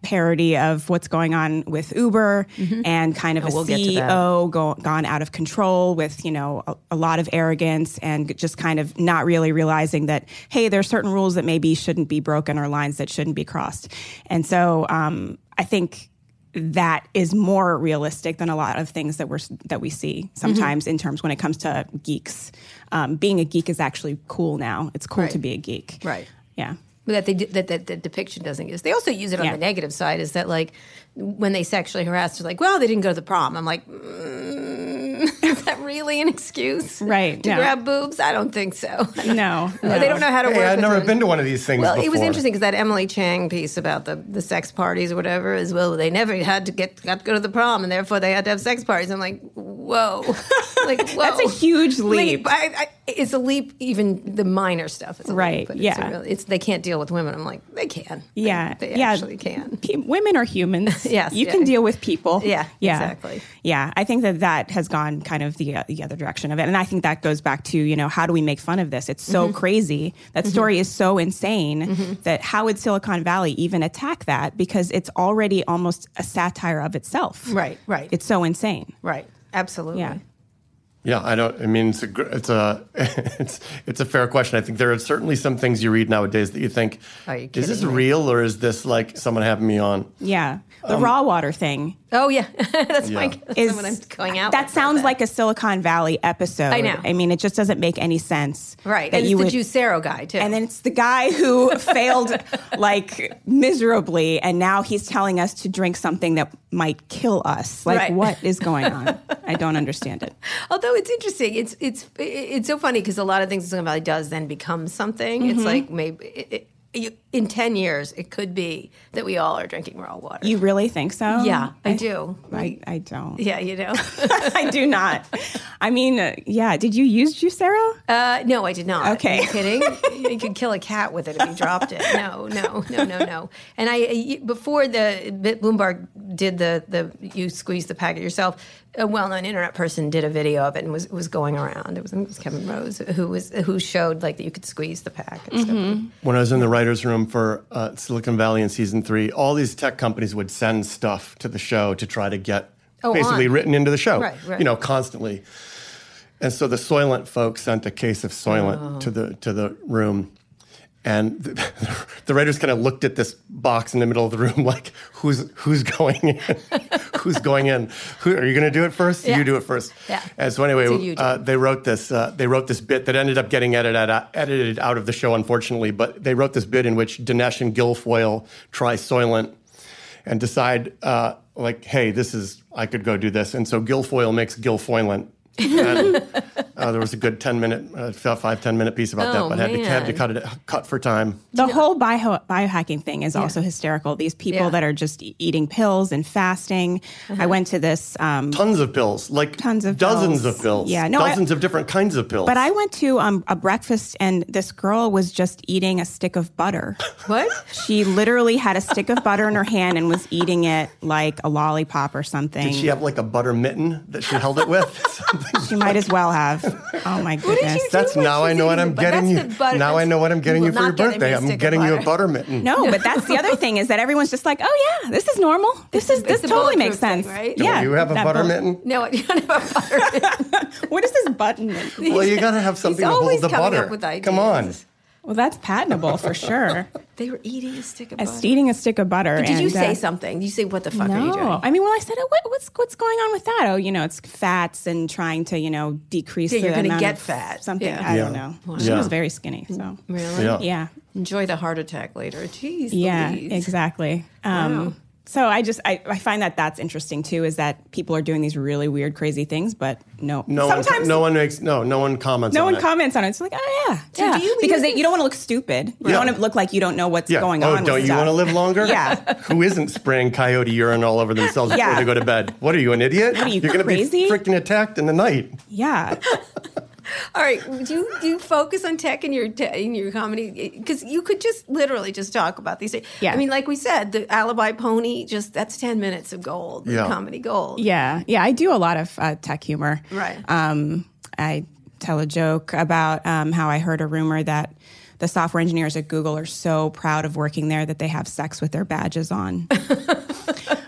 C: parody of what's going on with Uber and kind of a
A: Mm-hmm. Oh, we'll get to that.
C: CEO go, gone out of control with you know a, a lot of arrogance and just kind of not really realizing that hey there are certain rules that maybe shouldn't be broken or lines that shouldn't be crossed and so um, I think that is more realistic than a lot of things that we're s- that we see
A: Mm-hmm.
C: sometimes in terms when it comes to geeks um, being a geek is actually cool now it's cool to be a geek
A: Right.
C: yeah
A: But that they do, that, that that depiction doesn't use. They also use it on
C: Yeah.
A: the negative side. Is that like when they sexually harass? They're like, well, they didn't go to the prom. I'm like, mm, is that really an excuse?
C: Right,
A: To
C: yeah.
A: grab boobs? I don't think so.
C: no, no.
A: They don't know how to
B: Hey,
A: work.
B: I've
A: with
B: never
A: women.
B: been to one of these things
A: Well,
B: before.
A: it was interesting because that Emily Chang piece about the, the sex parties or whatever is well, they never had to get got to go to the prom and therefore they had to have sex parties. I'm like, whoa, like whoa.
C: That's a huge leap.
A: I, I, it's a leap. Even the minor stuff is a
C: Right,
A: Leap, but It's,
C: yeah.
A: a real- it's they can't deal with women. I'm like, they can. They-
C: Yeah,
A: they,
C: yeah.
A: actually can.
C: Pe- women are humans.
A: Yes,
C: you
A: yeah.
C: can deal with people.
A: Yeah, exactly.
C: Yeah, I think that that has gone kind of the uh, the other direction of it, and I think that goes back to you know how do we make fun of this? It's so
A: Mm-hmm.
C: crazy. That story is so insane that how would Silicon Valley even attack that because it's already almost a satire of itself.
A: Right, right,
C: It's so insane.
A: right. Absolutely.
C: Yeah.
B: Yeah, I don't. I mean, it's a gr- it's a it's it's a fair question. I think there are certainly some things you read nowadays that you think,
A: Are you
B: is this
A: kidding me?"
B: real or is this like someone having me on?
C: Yeah, the
A: Um,
C: raw water thing
A: Oh yeah, that's my.
B: Yeah.
A: That's
C: is
A: what I'm going out.
C: That
A: with
C: sounds
A: that.
C: like a Silicon Valley episode.
A: I know.
C: I mean, it just doesn't make any sense.
A: right.
C: That
A: and
C: you
A: it's
C: would,
A: the Juicero guy too.
C: And then it's the guy who failed like miserably, and now he's telling us to drink something that might kill us. Like,
A: Right.
C: what is going on? I don't understand it.
A: Although it's interesting, it's it's it- it's so funny because a lot of things Silicon Valley does then become something.
C: Mm-hmm.
A: It's like maybe it, it, you, in ten years it could be that we all are drinking raw water.
C: You really think so?
A: yeah, I, do.
C: I, I don't.
A: Yeah, you know.
C: I do not. I mean, uh, yeah. Did you use Juicero?
A: Uh, no, I did not.
C: Okay.
A: Are you kidding? you could kill a cat with it if you dropped it. No, no, no, no, no. And I- I before the Bit- Bloomberg did the the you squeeze the packet yourself. A well-known internet person did a video of it and was was going around. It was, I think it was Kevin Rose who was who showed like that you could squeeze the pack. And
C: Mm-hmm.
A: stuff.
B: When I was in the writers' room for uh, Silicon Valley in season three, all these tech companies would send stuff to the show to try to get
A: Oh,
B: basically
A: on.
B: written into the show,
A: Right, right.
B: you know, constantly. And so the Soylent folks sent a case of Soylent
A: Oh.
B: to the to the room, and the, the writers kind of looked at this box in the middle of the room, like who's who's going in, who's going in, who are you going to do it first?
A: Yeah.
B: You do it first.
A: Yeah.
B: And so anyway,
A: So you do
B: uh, they wrote this. Uh, they wrote this bit that ended up getting edited out, edited out of the show, unfortunately. But they wrote this bit in which Dinesh and Guilfoyle try Soylent and decide, uh, like, hey, this is I could go do this. And so Guilfoyle makes Guilfoylent. And, uh, there was a good ten minute, uh, f- five ten minute piece about
A: Oh,
B: that, but had to, had to
A: man.
B: cut it cut for time.
C: The whole bio, biohacking thing is also hysterical. These people
A: Yeah. Uh-huh.
C: that are just e- eating pills and fasting. I went to this um,
B: Tons of pills, like
C: Tons of
B: dozens
C: pills.
B: of pills,
C: Yeah, no, I-
B: dozens of different kinds of pills.
C: But I went to um, a breakfast and this girl was just eating a stick of butter.
A: What?
C: She literally had a stick of butter in her hand and was eating it like a lollipop or something.
B: Did she have like a butter mitten that she held it with? Something
C: She might as well have. Oh my
A: did
C: goodness.
A: you do?
B: That's
A: what
B: now
A: she's
B: I know what
A: eating,
B: I'm
A: but
B: getting
A: that's
B: you.
A: the butter-
B: Now I know what I'm getting
A: We're
B: you for your
A: not getting
B: birthday.
A: you a
B: I'm
A: stick of
B: getting you a
A: butter.
B: butter mitten.
C: no, but that's the other thing is that everyone's just like, oh yeah, this is normal. This is this
A: it's a
C: totally makes
A: bulletproof
C: sense,
A: thing, right?
C: Yeah,
B: you have a
C: that
B: butter
C: bullet-
B: mitten.
A: No, I don't have a butter.
C: What is this button?
B: Well, you got to have something to
A: always
B: hold the
A: coming up
B: butter.
A: with
B: Come on.
A: ideas.
C: Well, that's patentable for sure.
A: they were eating a stick of
C: It's
A: butter.
C: eating a stick of butter.
A: Did you
C: and,
A: say
C: uh,
A: something? You say what the fuck are you doing?
C: No, I mean, well, I said, oh, what, what's what's going on with that? Oh, you know, it's fats and trying to, you know, decrease.
A: Yeah,
C: the
A: you're gonna
C: amount
A: get
C: of
A: fat.
C: Something
A: Yeah. Mm,
C: I don't
B: Yeah.
C: know.
B: Wow.
C: She
B: Yeah.
C: was very skinny, so
A: Really?
B: Yeah.
C: yeah,
A: Enjoy the heart attack later. Jeez.
C: yeah,
A: Louise.
C: exactly. Um, so I just I, I find that that's interesting too. Is that people are doing these really weird, crazy things, but no,
B: No one,
C: sometimes
B: no one makes no, no one comments.
C: no
B: on
C: one
B: it.
C: comments on it. It's like, oh yeah, yeah,
A: do you
C: because they, you don't want to look stupid. You
B: Yeah.
C: don't want to look like you don't know what's
B: Yeah.
C: going
B: oh,
C: on.
B: don't
C: with
B: you
C: stuff.
B: want to live longer?
C: Yeah.
B: Who isn't spraying coyote urine all over themselves
C: Yeah.
B: before they go to bed? What are you, an idiot?
C: are you,
B: You're gonna
C: crazy?
B: be freaking attacked in the night.
C: Yeah,
A: All right, do you, do you focus on tech in your te- in your comedy? Because you could just literally just talk about these things.
C: Yeah.
A: I mean, like we said, the alibi pony just that's ten minutes of gold,
B: Yeah.
A: comedy gold.
C: yeah, yeah. I do a lot of uh, tech humor.
A: Right.
C: Um, I tell a joke about um, how I heard a rumor that the software engineers at Google are so proud of working there that they have sex with their badges on,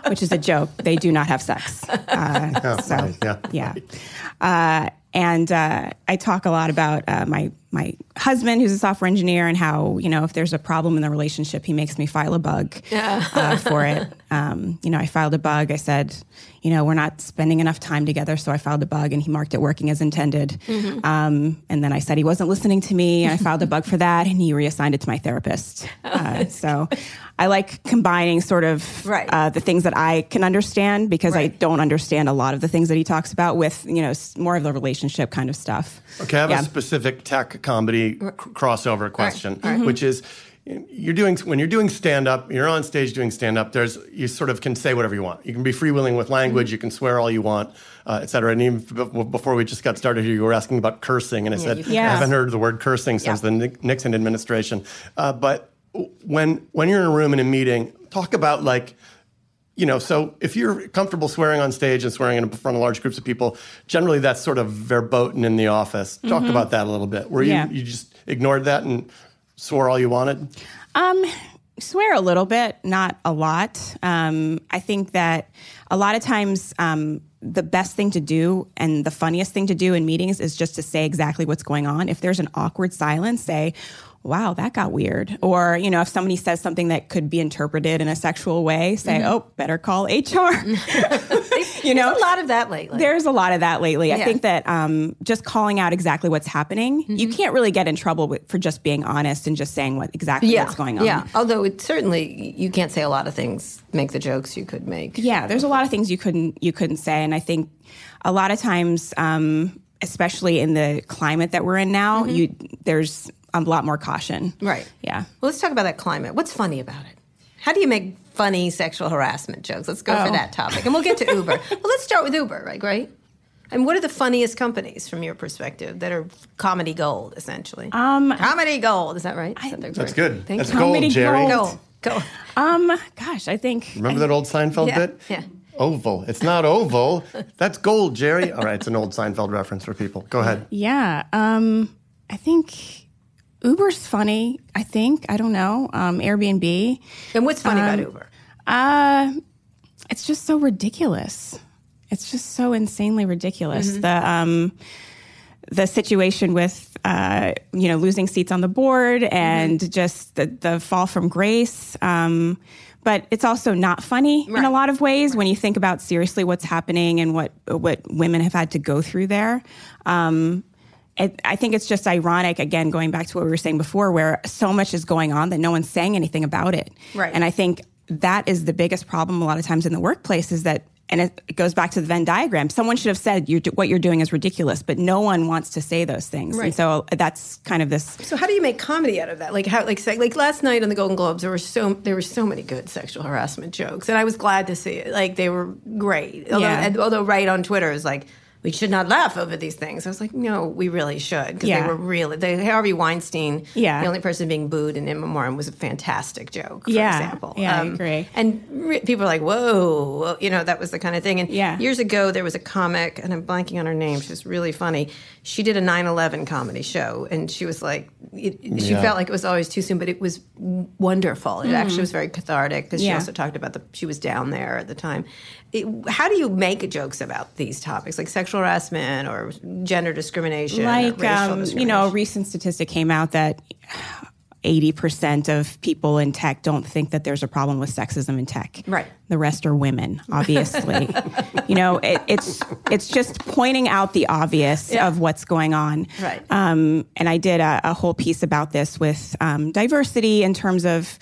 C: which is a joke. They do not have sex. Uh, so,
B: right, yeah,
C: yeah. Uh, and uh, I talk a lot about uh, my my husband, who's a software engineer, and how you know if there's a problem in the relationship, he makes me file a bug uh, for it. Um, you know, I filed a bug. I said, you know, we're not spending enough time together, so I filed a bug, and he marked it working as intended. Um, and then I said he wasn't listening to me, and I filed a bug for that, and he reassigned it to my therapist. Uh, so I like combining sort of
A: Right.
C: uh, the things that I can understand because I
A: Right.
C: don't understand a lot of the things that he talks about with you know s- more of the relationship kind of stuff.
B: Okay, I have
C: Yeah.
B: a specific tech comedy c- crossover question,
A: all right.
B: which is you're doing when you're doing stand up, you're on stage doing stand up. There's you sort of can say whatever you want. You can be freewheeling with language. You can swear all you want, uh, et cetera. And even b- before we just got started here, you were asking about cursing, and I said
A: you
C: can- Yeah.
B: I haven't heard the word cursing since
A: Yeah.
B: the Nic- Nixon administration. Uh, but w- when when you're in a room in a meeting, talk about like you know, so if you're comfortable swearing on stage and swearing in front of large groups of people, generally that's sort of verboten in the office. Talk about that a little bit. Where
C: Yeah.
B: you, you just ignored that and swore all you wanted?
C: Um, swear a little bit, not a lot. Um, I think that a lot of times um, the best thing to do and the funniest thing to do in meetings is just to say exactly what's going on. If there's an awkward silence, say, Wow, that got weird. Or, you know, if somebody says something that could be interpreted in a sexual way, say, oh, better call HR. you know,
A: a lot of that lately.
C: There's a lot of that lately. I
A: Yeah. Mm-hmm.
C: think that um, just calling out exactly what's happening, you can't really get in trouble with, for just being honest and just saying what exactly
A: yeah,
C: what's going on.
A: Yeah, although it certainly you can't say a lot of things. Make the jokes you could make.
C: Yeah, there's a lot of things you couldn't you couldn't say, and I think a lot of times, um, especially in the climate that we're in now, you there's a lot more caution.
A: Mm-hmm. Right.
C: Yeah.
A: Well, let's talk about that climate. What's funny about it? How do you make funny sexual harassment jokes? Let's go for
C: Oh.
A: that topic, and we'll get to Uber. well, let's start with Uber, right? Right. And what are the funniest companies from your perspective that are comedy gold, essentially? Um, comedy gold, is that right? Is that their
B: That's
A: career?
B: good.
A: Thank
B: that's
A: you.
B: gold,
C: Comedy
B: Jerry.
C: gold.
A: Gold. Gold.
C: Um. Gosh, I think.
B: Remember that old Seinfeld
A: Yeah,
B: bit?
A: yeah.
B: Oval. It's not oval. That's gold, Jerry. All right, it's an old Seinfeld reference for people. Go ahead.
C: Yeah. Um. I think Uber's funny. I think I don't know. Um. Airbnb.
A: And what's funny
C: Um,
A: about Uber?
C: Uh, it's just so ridiculous. It's just so insanely ridiculous.
A: Mm-hmm.
C: The um, the situation with uh, you know losing seats on the board and
A: Mm-hmm.
C: just the, the fall from grace. Um, but it's also not funny in a
A: Right.
C: lot of ways when you think about seriously what's happening and what what women have had to go through there. Um, it, I think it's just ironic, again, going back to what we were saying before, where so much is going on that no one's saying anything about it.
A: Right.
C: And I think that is the biggest problem a lot of times in the workplace is that, and it it goes back to the Venn diagram. Someone should have said, you're, do- what you're doing is ridiculous, but no one wants to say those things.
A: Right.
C: And so uh, that's kind of this
A: So how do you make comedy out of that? Like how like say, like last night on the Golden Globes there were so there were so many good sexual harassment jokes and I was glad to see it. Like they were great. Although
C: Yeah.
A: and- although right on Twitter is like we should not laugh over these things. I was like, no, we really should because they
C: Yeah.
A: were really. They, Harvey Weinstein,
C: Yeah.
A: the only person being booed in In Memoriam was a fantastic joke. For
C: Yeah.
A: example, Um,
C: Yeah, I agree.
A: And re- people are like, whoa, whoa," you know, that was the kind of thing. And
C: Yeah.
A: years ago, there was a comic, and I'm blanking on her name. She was really funny. She did a 9 11 comedy show, and she was like, it, it- she
B: Yeah.
A: felt like it was always too soon, but it was w- wonderful. It actually was very cathartic because she
C: Mm. Yeah.
A: also talked about the, she was down there at the time. It, how do you make jokes about these topics, like sexual harassment or gender discrimination? or racial
C: like um, you
A: discrimination?
C: know a recent statistic came out that 80% of people in tech don't think that there's a problem with sexism in tech
A: Right.
C: the rest are women obviously you know it, it's it's just pointing out the obvious
A: Yeah.
C: of what's going on
A: Right.
C: um, and i did a, a whole piece about this with um, diversity in terms of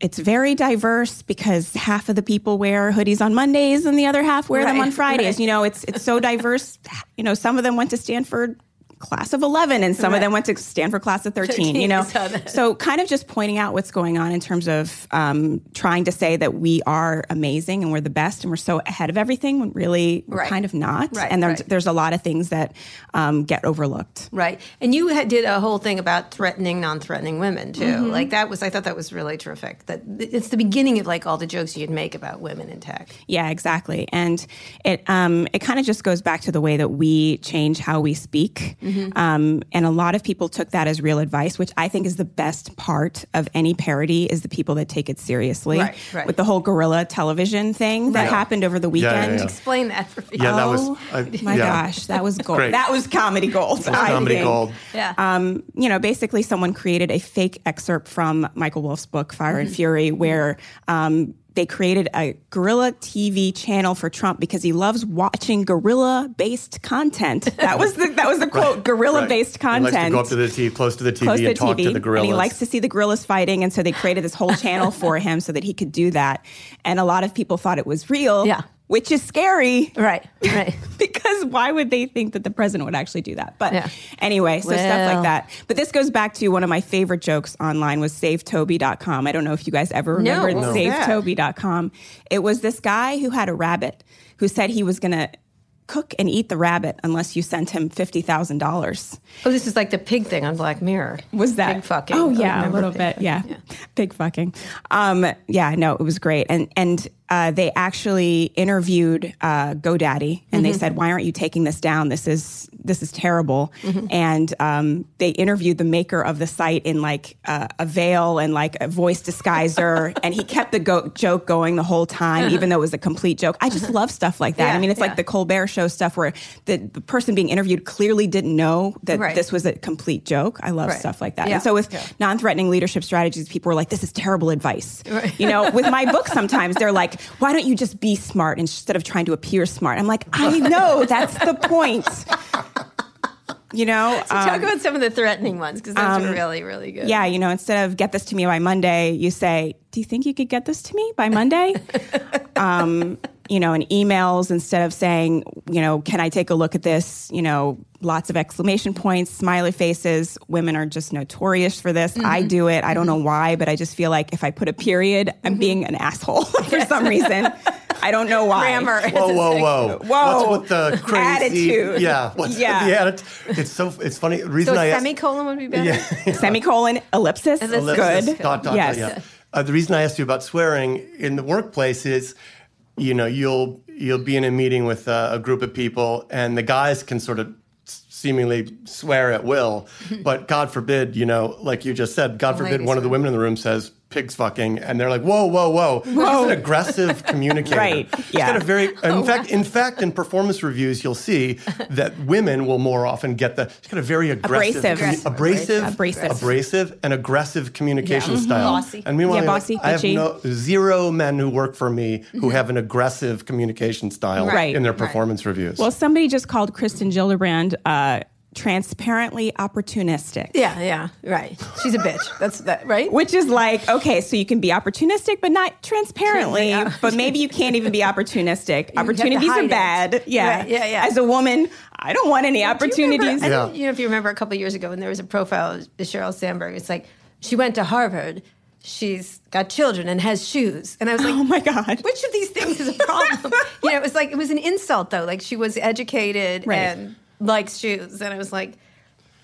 C: it's very diverse because half of the people wear hoodies on Mondays and the other half wear them
A: Right,
C: on Fridays.
A: right.
C: You know, it's it's so diverse. You know, some of them went to Stanford class of 11 and some
A: Right.
C: of them went to Stanford class of 13,
A: 13,
C: you know.
A: I saw that.
C: So kind of just pointing out what's going on in terms of um, trying to say that we are amazing and we're the best and we're so ahead of everything when really we're
A: Right.
C: kind of not.
A: Right,
C: and there's,
A: right.
C: there's a lot of things that um, get overlooked.
A: Right. And you had, did a whole thing about threatening non threatening women, too.
C: Mm-hmm.
A: Like, that was, I thought that was really terrific. That it's the beginning of like all the jokes you'd make about women in tech.
C: Yeah, exactly. And it um, it kind of just goes back to the way that we change how we speak. Um, and a lot of people took that as real advice, which I think is the best part of any parody is the people that take it seriously.
A: Right, right.
C: With the whole guerrilla television thing that
A: Right.
C: happened over the
B: yeah,
C: weekend.
B: yeah.
A: Explain that for people.
B: Yeah, that was- uh,
C: Oh
B: I-
C: my
B: yeah.
C: gosh, that was gold.
B: Great.
C: That was comedy gold. I
B: Comedy
C: think
B: gold.
A: Yeah.
C: um, you know, basically someone created a fake excerpt from Michael Wolff's book Fire
B: Mm-hmm.
C: and Fury, where um, they created a guerrilla TV channel for Trump because he loves watching guerrilla-based content. That was the that was the quote: guerrilla-based
B: Right. He
C: content.
B: likes to go up to the TV, close to the TV,
C: Close to
B: and talk to the
C: TV, and
B: gorillas.
C: he likes to see the gorillas fighting, and so they created this whole channel for him so that he could do that. And a lot of people thought it was real,
A: Yeah.
C: which is scary,
A: right, right.
C: because why would they think that the president would actually do that? But
A: Yeah.
C: anyway, so stuff
A: Well.
C: like that. But this goes back to one of my favorite jokes online was savetoby.com. I don't know if you guys ever remember
A: what was that?
C: savetoby.com. It was this guy who had a rabbit who said he was going to cook and eat the rabbit unless you sent him $50,000.
A: Oh, this is like the pig thing on Black Mirror.
C: Was that
A: Pig fucking?
C: Oh
A: I
C: yeah, a
A: remember
C: little
A: pig
C: bit.
A: fucking.
C: Yeah. big fucking. Um, yeah, no, it was great. And and uh, they actually interviewed uh, GoDaddy,
A: Mm-hmm.
C: and they said, "Why aren't you taking this down? This is this is terrible."
A: Mm-hmm.
C: And um, they interviewed the maker of the site in like uh, a veil and like a voice disguiser, and he kept the go- joke going the whole time, even though it was a complete joke. I just love stuff like that.
A: Yeah,
C: I mean, it's
A: yeah.
C: like the Colbert Show stuff where the, the person being interviewed clearly didn't know that
A: Right.
C: this was a complete joke. I love
A: Right.
C: stuff like that.
A: Yeah,
C: And so with
A: yeah.
C: non-threatening leadership strategies, people were like, "This is terrible advice."
A: Right.
C: You know, with my book, sometimes they're like, "Why don't you just be smart instead of trying to appear smart?" I'm like, "I know that's the point." You know,
A: Talk
C: um,
A: about some of the threatening ones because those are really, really good.
C: yeah, you know, instead of "Get this to me by Monday," you say, "Do you think you could get this to me by Monday?" um, you know, and emails instead of saying, you know, "Can I take a look at this?" You know, lots of exclamation points, smiley faces. Women are just notorious for this. I
A: Mm-hmm.
C: do it. I don't know why, but I just feel like if I put a period,
A: Mm-hmm.
C: I'm being an asshole for some reason. I don't know why.
A: Grammar.
B: Whoa, whoa, whoa!
C: Whoa.
B: What's with the crazy
C: Attitude.
B: Yeah, what's
C: Yeah.
B: With the attitude? It's so. It's funny. The reason
A: So
B: I
A: a
B: asked-
A: semicolon would be better.
C: Semicolon, ellipsis,
A: Ellipsis.
C: good.
B: Dot, dot,
C: yes.
B: dot, yeah. Uh, the reason I asked you about swearing in the workplace is, you know, you'll you'll be in a meeting with uh, a group of people, and the guys can sort of s- seemingly swear at will, but God forbid, you know, like you just said, God forbid,
A: ladies
B: one of the
A: will.
B: women in the room says pigs fucking, and they're like, whoa, whoa, whoa, whoa. an aggressive communicator.
C: Right, yeah.
B: She's got a very. In fact, in fact, in performance reviews, you'll see that women will more often get the. She's got a very aggressive,
C: Aggressive.
B: commu- abrasive,
C: Abrasive.
B: abrasive and aggressive communication style.
A: Bossy.
B: And meanwhile,
C: Yeah,
B: you're like,
C: bossy,
B: I have
C: bitchy.
B: no, zero men who work for me who have an aggressive communication style
C: Right.
B: in their
A: Right.
B: performance reviews.
C: Well, somebody just called Kristen Gillibrand uh, transparently opportunistic.
A: Yeah, yeah, right. She's a bitch. That's that, right?
C: Which is like, okay, so you can be opportunistic, but not transparently.
A: Yeah.
C: But maybe you can't even be opportunistic. Opportunities
A: hide
C: are
A: it.
C: bad. Yeah.
A: Right, yeah, yeah.
C: As a woman, I don't want any opportunities.
A: I
B: Yeah.
A: don't, you know, if you remember a couple years ago when there was a profile of Sheryl Sandberg, it's like she went to Harvard, she's got children and has shoes, and I was like,
C: Oh my God.
A: which of these things is a problem? you know, it was like it was an insult though. Like she was educated
C: Right.
A: and likes shoes, and I was like.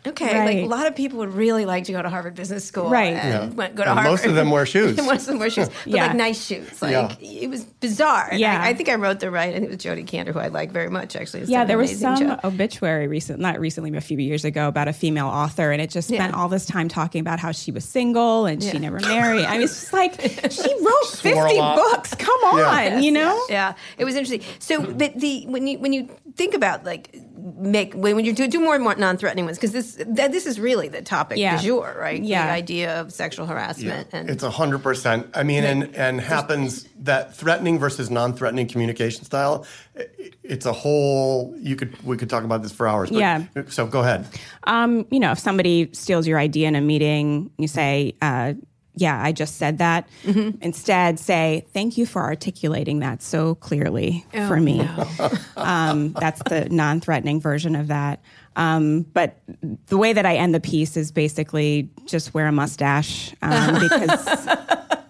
A: Okay, like
C: Right.
A: a lot of people would really like to go to Harvard Business School,
C: Right.
A: And
B: Yeah.
A: went, go to
B: And
A: Harvard.
B: most of them wear shoes.
A: most of them wear shoes, but
C: Yeah.
A: like nice shoes. Like
B: Yeah.
A: it was bizarre. And
C: Yeah.
A: I, I think I wrote the right. I think it was Jody Cantor, who I like very much. Actually, It's
C: Yeah,
A: done
C: there
A: an
C: was
A: amazing
C: some
A: job.
C: obituary recent, not recently, but a few years ago, about a female author, and it just spent
A: Yeah.
C: all this time talking about how she was single and
A: Yeah.
C: she never married. I mean, it's just like she wrote
B: Swore a
C: fifty
B: lot.
C: books. Come on,
B: Yeah.
C: you know.
A: yeah it was interesting so but the when you when you think about like make when, when you do, do more and more non-threatening ones because this that, this is really the topic
C: Yeah.
A: du jour right
C: Yeah.
A: the idea of sexual harassment and
B: it's hundred percent. I mean, and and happens that threatening versus non-threatening communication style. i- It's a whole. You could we could talk about this for hours. But,
C: Yeah.
B: So go ahead.
C: um, you know, if somebody steals your idea in a meeting, you say, uh, yeah, I just said that.
A: Mm-hmm.
C: Instead, say, thank you for articulating that so clearly
A: Oh,
C: for me. um, that's the non threatening version of that. Um, but the way that I end the piece is basically just wear a mustache um, because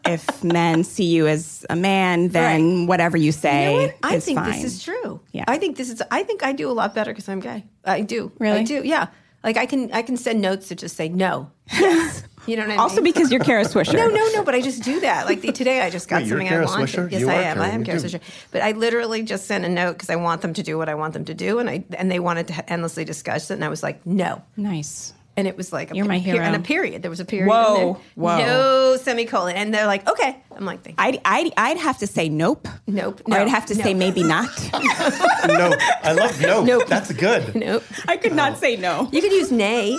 C: if men see you as a man, then whatever you
A: You
C: say
A: know what? I
C: is
A: think
C: fine.
A: this is true.
C: Yeah.
A: I think this is. I think I do a lot better because I'm gay. I do. I
C: Really?
A: do. Yeah. Like I can. I can send notes that just say no. Yes. you know what I
C: also,
A: mean?
C: because you're Kara Swisher.
A: No, no, no. But I just do that. Like the, today, I just got
B: Wait, you're
A: something I
B: Kara
A: wanted.
B: Swisher?
A: Yes,
B: You
A: I
B: are
A: am.
B: Kara,
A: I am
B: you
A: Kara
B: do.
A: Swisher. But I literally just sent a note because I want them to do what I want them to do, and I and they wanted to endlessly discuss it, and I was like, no.
C: Nice.
A: And it was like a,
C: You're my
A: a per-
C: hero.
A: and a period. There was a period.
C: Whoa,
A: in there.
C: whoa.
A: No semicolon. And they're like, okay. I'm like, thank you.
C: I'd, I'd, I'd have to say nope.
A: Nope,
C: Or
A: no,
C: I'd have to
A: no.
C: say maybe not.
B: no, I love no.
A: Nope.
B: That's good.
A: nope.
C: I could not say no.
A: You could use nay.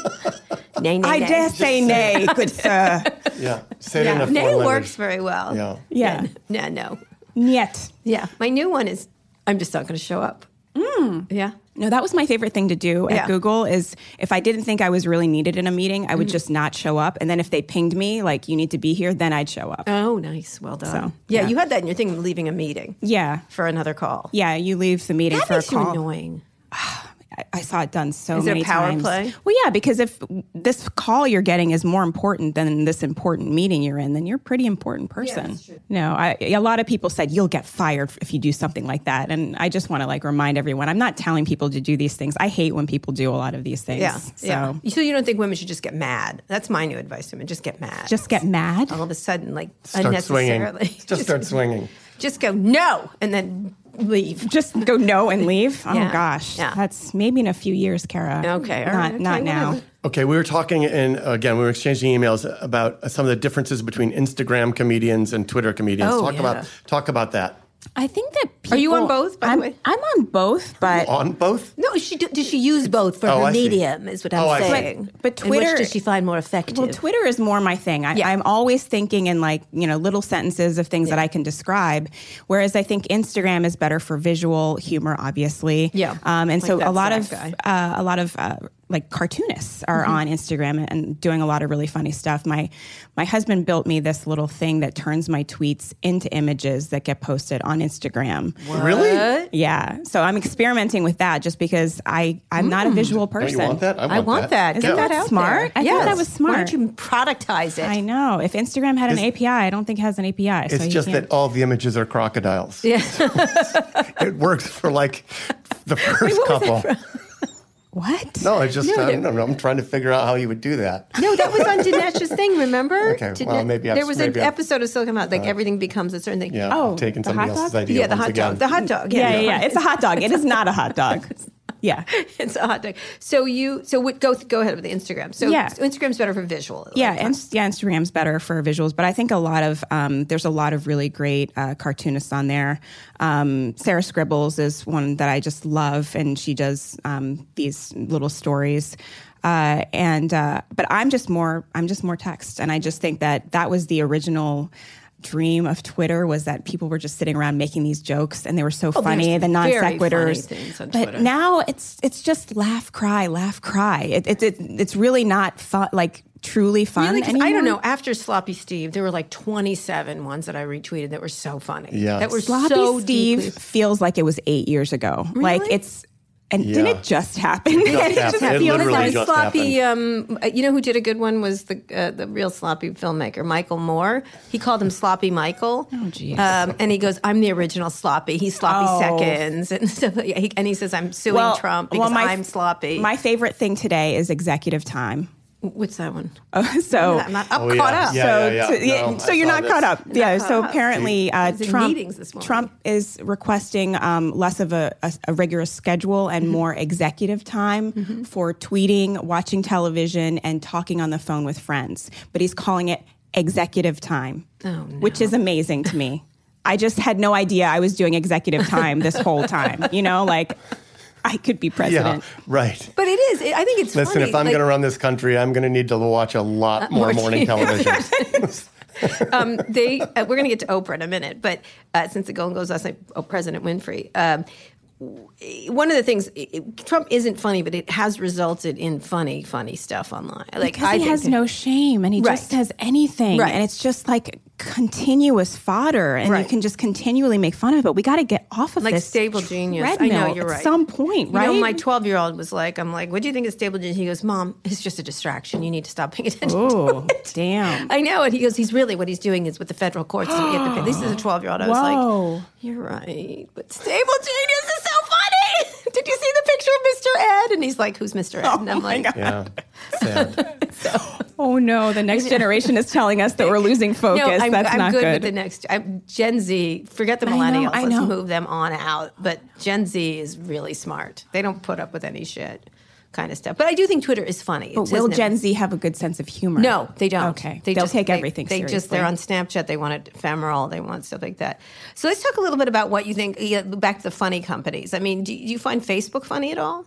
A: nay, nay,
C: I
A: nay.
C: dare say nay, good sir.
B: Yeah, say it
A: Yeah.
B: in a
A: Nay
B: foreign
A: works
B: language.
A: very well.
B: Yeah.
C: Yeah.
A: No, no.
C: Niet.
A: Yeah. My new one is I'm just not going to show up.
C: Hmm.
A: Mm. Yeah.
C: No, that was my favorite thing to do at
A: Yeah.
C: Google is if I didn't think I was really needed in a meeting, I would just not show up. And then if they pinged me, like, you need to be here, then I'd show up.
A: Oh, nice. Well done.
C: So,
A: yeah,
C: yeah.
A: you had that in your thing, leaving a meeting
C: yeah.
A: for another call.
C: Yeah, you leave the meeting
A: That
C: for a
A: makes you
C: call.
A: annoying.
C: I, I saw it done so
A: Is there
C: many
A: power
C: times.
A: play?
C: Well, yeah, because if this call you're getting is more important than this important meeting you're in, then you're a pretty important person. No, I, a lot of people said you'll get fired if you do something like that, and I just want to like remind everyone, I'm not telling people to do these things. I hate when people do a lot of these things.
A: Yeah.
C: so
A: yeah. So you don't think women should just get mad? That's my new advice to women. Just get mad.
C: just get mad.
A: all of a sudden, like
B: Start swinging.
A: unnecessarily.
B: Just start swinging.
A: just go no and then leave.
C: Just go no and leave. Oh
A: Yeah.
C: gosh,
A: Yeah.
C: that's maybe in a few years, Kara.
A: Okay, all
C: not
A: right,
C: not
A: okay,
C: now.
A: whatever.
B: Okay, we were talking, and again, we were exchanging emails about some of the differences between Instagram comedians and Twitter comedians.
A: Oh,
B: talk
A: yeah.
B: about talk about that.
C: I think that people,
A: Are you on both, by the
C: I'm,
A: way?
C: I'm on both, but
B: On both?
A: No, she do- does. She use both for
B: Oh,
A: her
B: I see.
A: medium, is what I'm
B: Oh, I see.
A: saying.
C: But- but
A: And which
C: Twitter-
A: does she find more effective?
C: Well, Twitter is more my thing. I,
A: Yeah.
C: I'm always thinking in like, you know, little sentences of things that I can describe. Whereas I think Instagram is better for visual humor, obviously.
A: Yeah.
C: Um, and
A: Like
C: so
A: that
C: a lot
A: Zach
C: of,
A: guy. Mm-hmm.
C: uh, a lot of, uh, like cartoonists are on Instagram and doing a lot of really funny stuff. My my husband built me this little thing that turns my tweets into images that get posted on Instagram.
B: Really?
A: What?
C: Yeah, so I'm experimenting with that just because I I'm not a
A: Mm.
C: visual
B: Don't
C: person.
B: you want that?
A: I want that.
C: Isn't
A: Get
C: that
A: out
C: smart?
A: there.
C: I thought
A: Yes.
C: that was smart.
A: Why don't you productize it?
C: I know. If Instagram had an
B: It's-
C: API, I don't think it has an API.
B: It's just that all the images are crocodiles. Yeah. it works for like the first couple.
C: What?
B: No, I just
A: No,
B: I don't
A: they're-
B: know. I'm trying to figure out how you would do that.
A: No, that was on Dinesh's thing. Remember?
B: Okay,
A: Dinesh-
B: well, maybe I've-
A: there was
B: maybe
A: an
B: I've-
A: episode of Silicon Valley. Like everything becomes a certain thing.
B: Yeah,
C: Oh,
B: I'm taking
C: the
B: somebody
C: hot
B: else's
C: dog?
B: idea.
A: yeah. The
B: once
A: hot
B: again.
A: dog. The hot dog.
C: Yeah, yeah, yeah. It's a hot dog. It is not a hot dog. Yeah.
A: it's a hot dog. So you, so what, go go ahead with the Instagram. So,
C: Yeah.
A: so Instagram's better for visual. like-
C: Yeah, and yeah, Instagram's better for visuals, but I think a lot of um, there's a lot of really great uh, cartoonists on there. Um, Sarah Scribbles is one that I just love, and she does um, these little stories. Uh, and uh, but I'm just more I'm just more text, and I just think that that was the original dream of Twitter was that people were just sitting around making these jokes, and they were so funny,
A: some
C: the non
A: Oh, very funny
C: sequiturs.
A: things on
C: But
A: Twitter.
C: now it's it's just laugh, cry, laugh, cry. It, it, it it's really not fun, like truly fun.
A: Really, 'cause I
C: anymore.
A: don't know. After Sloppy Steve, there were like 27 ones that I retweeted that were so funny.
B: Yeah.
A: That were
C: Sloppy
A: so
C: Steve
A: deeply-
C: feels like it was eight years ago. Like it's, and
B: Yeah.
C: didn't it just happen? It
B: just
C: just
B: happened. It
C: feels
B: literally
C: like-
B: just
A: sloppy. Um, you know who did a good one was the uh, the real sloppy filmmaker Michael Moore. He called him Sloppy Michael. Oh,
C: jeez.
A: Um, and he goes, "I'm the original sloppy. He's sloppy
C: Oh.
A: seconds." And stuff. like- He, and he says, "I'm suing Trump because
C: my-
A: I'm sloppy."
C: My favorite thing today is executive time.
A: What's that one?
C: Oh. so.
A: I'm not up
B: Oh, yeah.
A: caught up.
B: Yeah.
C: so, to- yeah,
B: No, I
C: so you're
B: saw
C: not
B: this.
C: caught up. yeah.
A: caught
C: so
A: up.
C: apparently, uh,
A: was in
C: Trump
A: meetings this morning.
C: Trump is requesting um, less of a, a, a rigorous schedule and
A: Mm-hmm.
C: more executive time for tweeting, watching television, and talking on the phone with friends. But he's calling it executive time,
A: Oh,
C: which is amazing to me. I just had no idea I was doing executive time this whole time. You know, like I could be
B: Yeah,
C: president.
B: right.
A: But it is. It, I think it's
B: Listen,
A: funny.
B: if I'm
A: like-
B: going to run this country, I'm going to need to watch a lot more morning television.
A: um, they uh, we're going to get to Oprah in a minute, but uh, since the Golden Globes last night, oh, President Winfrey. Um, one of the things it- Trump isn't funny, but it has resulted in funny, funny stuff online. Like
C: because
A: I
C: he
A: think
C: has
A: that-
C: no shame and he
A: Right.
C: just says anything
A: Right.
C: and it's just like continuous fodder and
A: Right.
C: you can just continually make fun of it but we got to get off of
A: like
C: this
A: stable genius. I
C: treadmill
A: know you're
C: at
A: right.
C: some point
A: You
C: right
A: know, my 12 year old was like, I'm like, what do you think is stable genius? He goes, Mom, it's just a distraction. You need to stop paying attention.
C: oh damn
A: I know. And he goes, he's really what he's doing is with the federal courts. is we have to pay. This is a 12 year old. I was
C: Whoa.
A: like, you're right. But stable genius is so funny. Did you see the picture of Mr. Ed? And he's like, who's Mr. Ed? and I'm like,
B: Yeah. Sad.
C: oh no the next generation is telling us that we're losing focus
A: no, I'm,
C: that's
A: I'm
C: not
A: good,
C: good,
A: with the next. I'm, Gen Z, forget the
C: know,
A: millennials.
C: I
A: Let's
C: know.
A: move them on out. But Gen Z is really smart. They don't put up with any shit kind of stuff. But I do think Twitter is funny. It
C: but will
A: doesn't-
C: Gen Z have a good sense of humor
A: No, they don't.
C: okay they will take everything
A: They
C: seriously.
A: just they're on Snapchat. They want it ephemeral. They want stuff like that. So let's talk a little bit about what you think. Yeah, back to the funny companies. I mean, do, you find Facebook funny at all?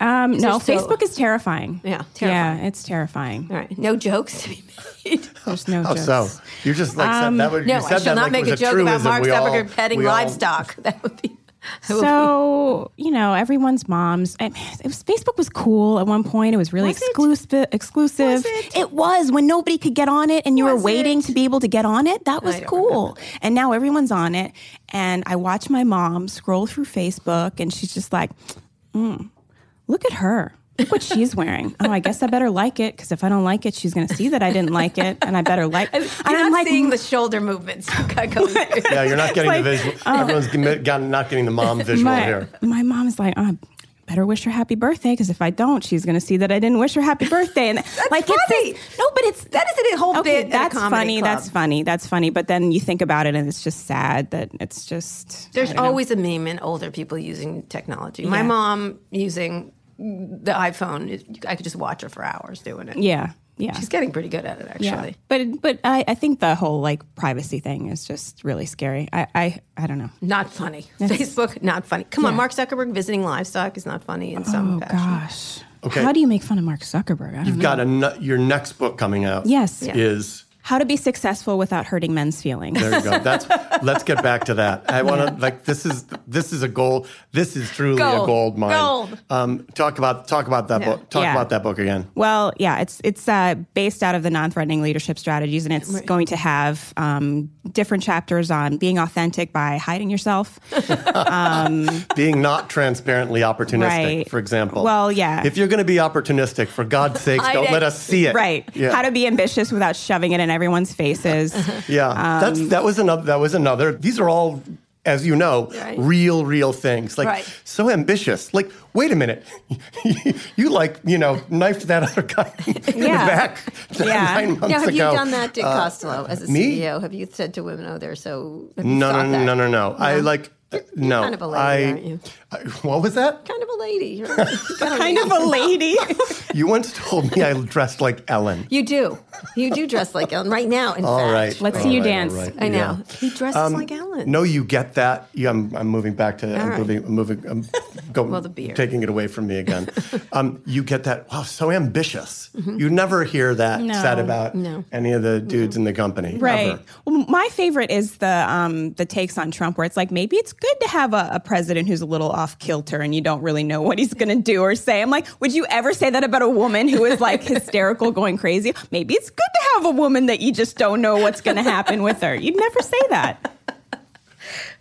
C: um, no
A: they're still-
C: Facebook is terrifying
A: Yeah, terrifying.
C: yeah it's terrifying
A: All right, no jokes to be made.
C: there's no
B: Oh,
C: jokes.
B: so you're just like said that. Would,
A: Um, No,
B: you said
A: I shall
B: that
A: not
B: like
A: make
B: it
A: a
B: was
A: joke about
B: truism.
A: Mark
B: We all-
A: Zuckerberg petting
B: we all-
A: livestock. That would be. I will
C: So you know, everyone's moms. I mean, it was, Facebook was cool at one point. It was really
A: Was it?
C: exclusive. Exclusive.
A: Was it?
C: was when nobody could get on it, and you
A: Was
C: were waiting
A: it?
C: to be able to get on it. That was
A: don't
C: cool. And now everyone's on it. And I watch my mom scroll through Facebook, and she's just like, mm, "Look at her." Look what she's wearing. Oh, I guess I better like it because if I don't like it, she's going to see that I didn't like it, and I better like. And
A: You're
C: I'm
A: not
C: like,
A: seeing the shoulder movements. you got going through.
B: Yeah, you're not getting
C: like,
B: the visual.
A: oh.
B: Everyone's g- got, not getting the mom visual
C: my,
B: here.
C: My mom's like, oh, I better wish her happy birthday because if I don't, she's going to see that I didn't wish her happy birthday. And like,
A: funny.
C: it's this- no, but it's
A: That isn't a whole
C: okay.
A: bit at a
C: that's
A: comedy
C: funny.
A: club.
C: That's funny. That's funny. But then you think about it, and it's just sad that it's just
A: There's
C: I don't know.
A: always a meme in older people using technology. My
C: Yeah.
A: mom using the iPhone, I could just watch her for hours doing it.
C: yeah, yeah.
A: She's getting pretty good at it, actually.
C: yeah, but but I, I think the whole like privacy thing is just really scary. I I, I don't know.
A: Not funny. Facebook, not funny. Come on, Mark Zuckerberg visiting livestock is not funny in some
C: Oh
A: fashion.
C: gosh,
B: Okay.
C: how do you make fun of Mark Zuckerberg? I don't
B: You've
C: know.
B: got a nu- your next book coming out.
C: Yes. Yeah.
B: Is
C: how to be successful without hurting men's feelings.
B: there you go. That's let's get back to that. I want to like this is this is a gold. This is truly a
A: Gold.
B: gold mine.
A: Gold.
B: Um, talk about talk about that
A: Yeah.
B: book. Talk
C: Yeah.
B: about that book again.
C: Well, yeah, it's it's uh, based out of the non-threatening leadership strategies, and it's going to have um, different chapters on being authentic by hiding yourself.
B: Being not transparently opportunistic,
C: Right.
B: for example.
C: Well, yeah.
B: If you're going to be opportunistic, for God's sake,
A: Hide
B: don't
A: it.
B: let us see it.
C: right?
B: Yeah.
C: How to be ambitious without shoving it in everyone's faces.
B: Yeah, that's that was another. That was another. These are all, as you know,
A: Right.
B: real, real things. Like
A: Right.
B: so ambitious. Like, wait a minute, you like you know knifed that other guy in
C: Yeah.
B: the back nine,
C: Yeah.
B: nine months
A: Now, have you
B: ago. uh,
A: done that, Dick Costello, as a
B: me?
A: CEO? Have you said to women, oh, they're so. have you
B: No,
A: thought
B: no,
A: that?
B: no, no, no, no. I like no.
A: kind of a lady,
B: I,
A: aren't you?
B: I, what was that?
A: Kind of a lady. You're- you're kinda
C: kind
A: lady.
C: of a lady.
B: You once told me I dressed like Ellen.
A: You do. You do dress like Ellen right now, in
B: All
A: fact.
B: right.
C: Let's
B: all
C: see you
B: right, all
C: dance.
B: right,
A: I
B: yeah. Um,
A: know. He dresses like Ellen.
B: No, you get that. Yeah, I'm, I'm moving back to. I'm
A: right.
B: moving. I'm moving. I'm going.
A: Well, the beer.
B: Taking it away from me again. um, you get that. Wow, so ambitious. You never hear that
C: No.
B: said about
A: Mm-hmm. No.
B: any of the dudes in the company.
C: Right.
B: ever.
C: Well, my favorite is the um, the takes on Trump, where it's like maybe it's good to have a, a president who's a little off kilter and you don't really know what he's going to do or say. I'm like, would you ever say that about a woman who is like hysterical, going crazy? Maybe it's good to have a woman that you just don't know what's going to happen with her. You'd never say that.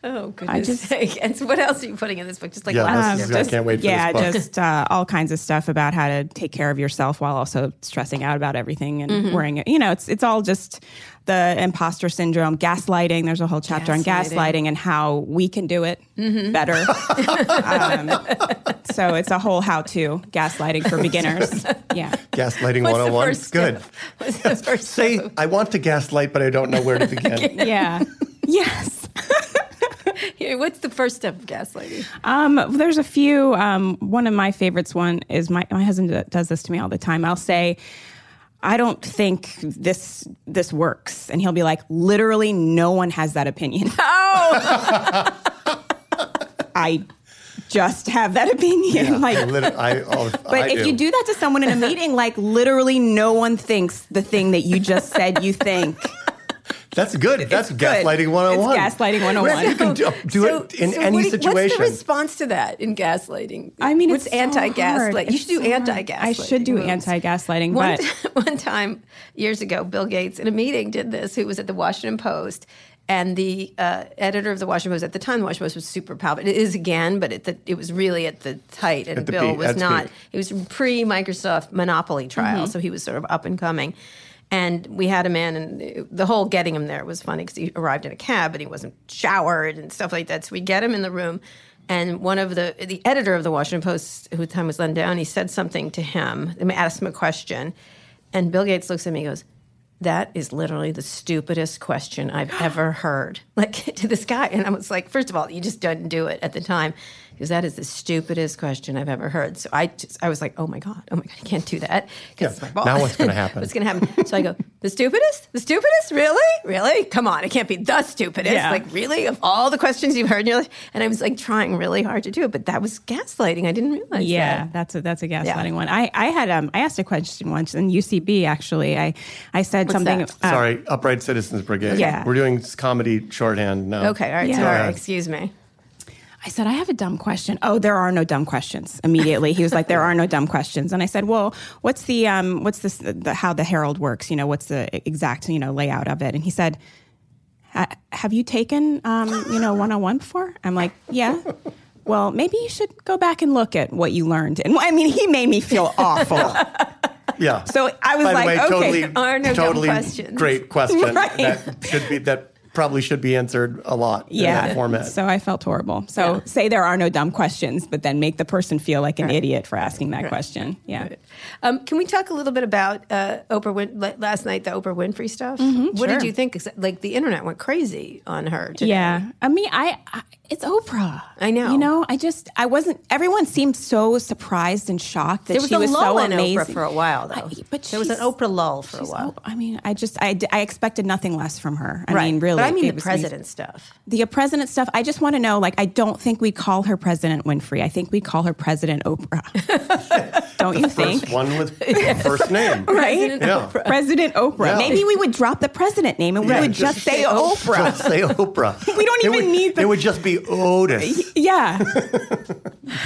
A: Oh, goodness
C: just-
A: sake. And so what else are you putting in this book? Just like
B: Yeah,
A: lots
B: this
A: of
B: is-
A: different-
B: I can't wait for
C: Um, yeah,
B: this book.
C: just uh, all kinds of stuff about how to take care of yourself while also stressing out about everything and worrying. You know, it's it's all just the imposter syndrome, gaslighting. There's a whole chapter on
A: Gaslighting.
C: gaslighting and how we can do it better. um, so it's a whole how-to gaslighting for beginners. Yeah.
B: Gaslighting
A: What's the
B: 101.
A: first step?
B: Good.
A: What's the first
B: Say,
A: step?
B: I want to gaslight, but I don't know where to begin.
C: Yeah. Yes.
A: Yeah, What's the first step of gaslighting?
C: Um, there's a few. Um, one of my favorites. One is my my husband d- does this to me all the time. I'll say, I don't think this this works, and he'll be like, literally, no one has that opinion.
A: Oh,
C: I just have that opinion.
B: I
C: like.
B: lit- I- oh,
C: But
B: I
C: if you do that to someone in a meeting, like literally no one thinks the thing that you just said you think.
B: That's good. That's gaslighting 101.
C: It's gaslighting 101.
B: Right, you can do, do
A: oh So-
B: it in
A: so
B: any
A: what do- What's
B: situation.
A: the response to that in gaslighting?
C: I mean,
A: what's
C: it's so hard.
A: anti-gaslight? You
C: It's
A: should do
C: so hard.
A: anti-gaslighting.
C: I should do
A: moves.
C: anti-gaslighting,
A: One,
C: but-
A: t- one time years ago, Bill Gates in a meeting did this. Who was at the Washington Post, and the uh, editor of the Washington Post at the time, the Washington Post was super powerful. It is again, but it, the, it was really at the height, and
B: At the
A: Bill
B: peak, at
A: was
B: its
A: not.
B: peak.
A: It was pre Microsoft monopoly trial, so he was sort of up and coming. And we had him in, and it- the whole getting him there was funny because he arrived in a cab and he wasn't showered and stuff like that. So we get him in the room, and one of the the editor of the Washington Post, who at the time was Len Down, he said something to him, I mean, asked him a question, and Bill Gates looks at me and goes. That is literally the stupidest question I've ever heard. Like to this guy. And I was like, first of all, you just didn't do it at the time. Because that is the stupidest question I've ever heard. So I just, I was like, oh my God, oh my God, I can't do that. 'cause
B: Yeah,
A: it's my boss.
B: now what's gonna happen?
A: what's going to happen? So I go, the stupidest? The stupidest? Really? Really? Come on, it can't be the stupidest.
C: Yeah.
A: Like, really? Of all the questions you've heard in your life? And I was like trying really hard to do it, but that was gaslighting. I didn't realize
C: yeah,
A: that.
C: that's a that's a gaslighting
A: Yeah.
C: one. I, I had um I asked a question once in UCB actually. I I said something.
A: that?
C: uh,
B: Sorry, Upright Citizens Brigade.
C: Yeah.
B: We're doing comedy shorthand now.
A: Okay, all right,
C: Yeah.
A: sorry,
B: Yeah.
A: excuse me.
C: I said, I have a dumb question. Oh, there are no dumb questions. Immediately, he was like, there are no dumb questions. And I said, well, what's the um, what's this the, how the Herald works? You know, what's the exact you know layout of it? And he said, "Ha- have you taken um, you know one on one before? I'm like, yeah. Well, maybe you should go back and look at what you learned. And I mean, he made me feel awful.
B: Yeah.
C: So I was
B: By
C: like,
B: the way,
C: okay,
B: totally,
A: are no dumb
B: totally
A: questions.
B: great question.
C: Right.
B: That should be that probably should be answered a lot in that format.
C: So I felt horrible. So say there are no dumb questions, but then make the person feel like an idiot for asking that question. Yeah.
A: Um, can we talk a little bit about uh, Oprah Win- la- last night? The Oprah Winfrey stuff. what did
C: sure.
A: you think? 'Cause, Like the internet went crazy on her. Today.
C: Yeah. I mean, I, I it's Oprah.
A: I know.
C: You know, I just I wasn't. Everyone seemed so surprised and shocked that
A: there was
C: she
A: a
C: was
A: lull
C: so
A: in
C: amazing.
A: Oprah for a while, though.
C: I- but
A: there was an
C: she's-
A: Oprah lull for a
C: She's
A: while.
C: Oprah. I mean, I just I, d- I expected nothing less from her. I mean, really.
A: But I mean
C: it
A: the
C: was
A: president stuff.
C: the uh, president stuff, I just want to know. Like, I don't think we call her President Winfrey. I think we call her President Oprah. don't you think?
B: First one with first name.
C: Right?
B: Yeah.
C: President Oprah.
B: Yeah.
C: Maybe we would drop the president name and we
B: Yeah,
C: would just, say Oprah.
B: Just say Oprah.
C: We don't
B: It
C: even
B: would-
C: need the-
B: It would just be Otis.
C: yeah.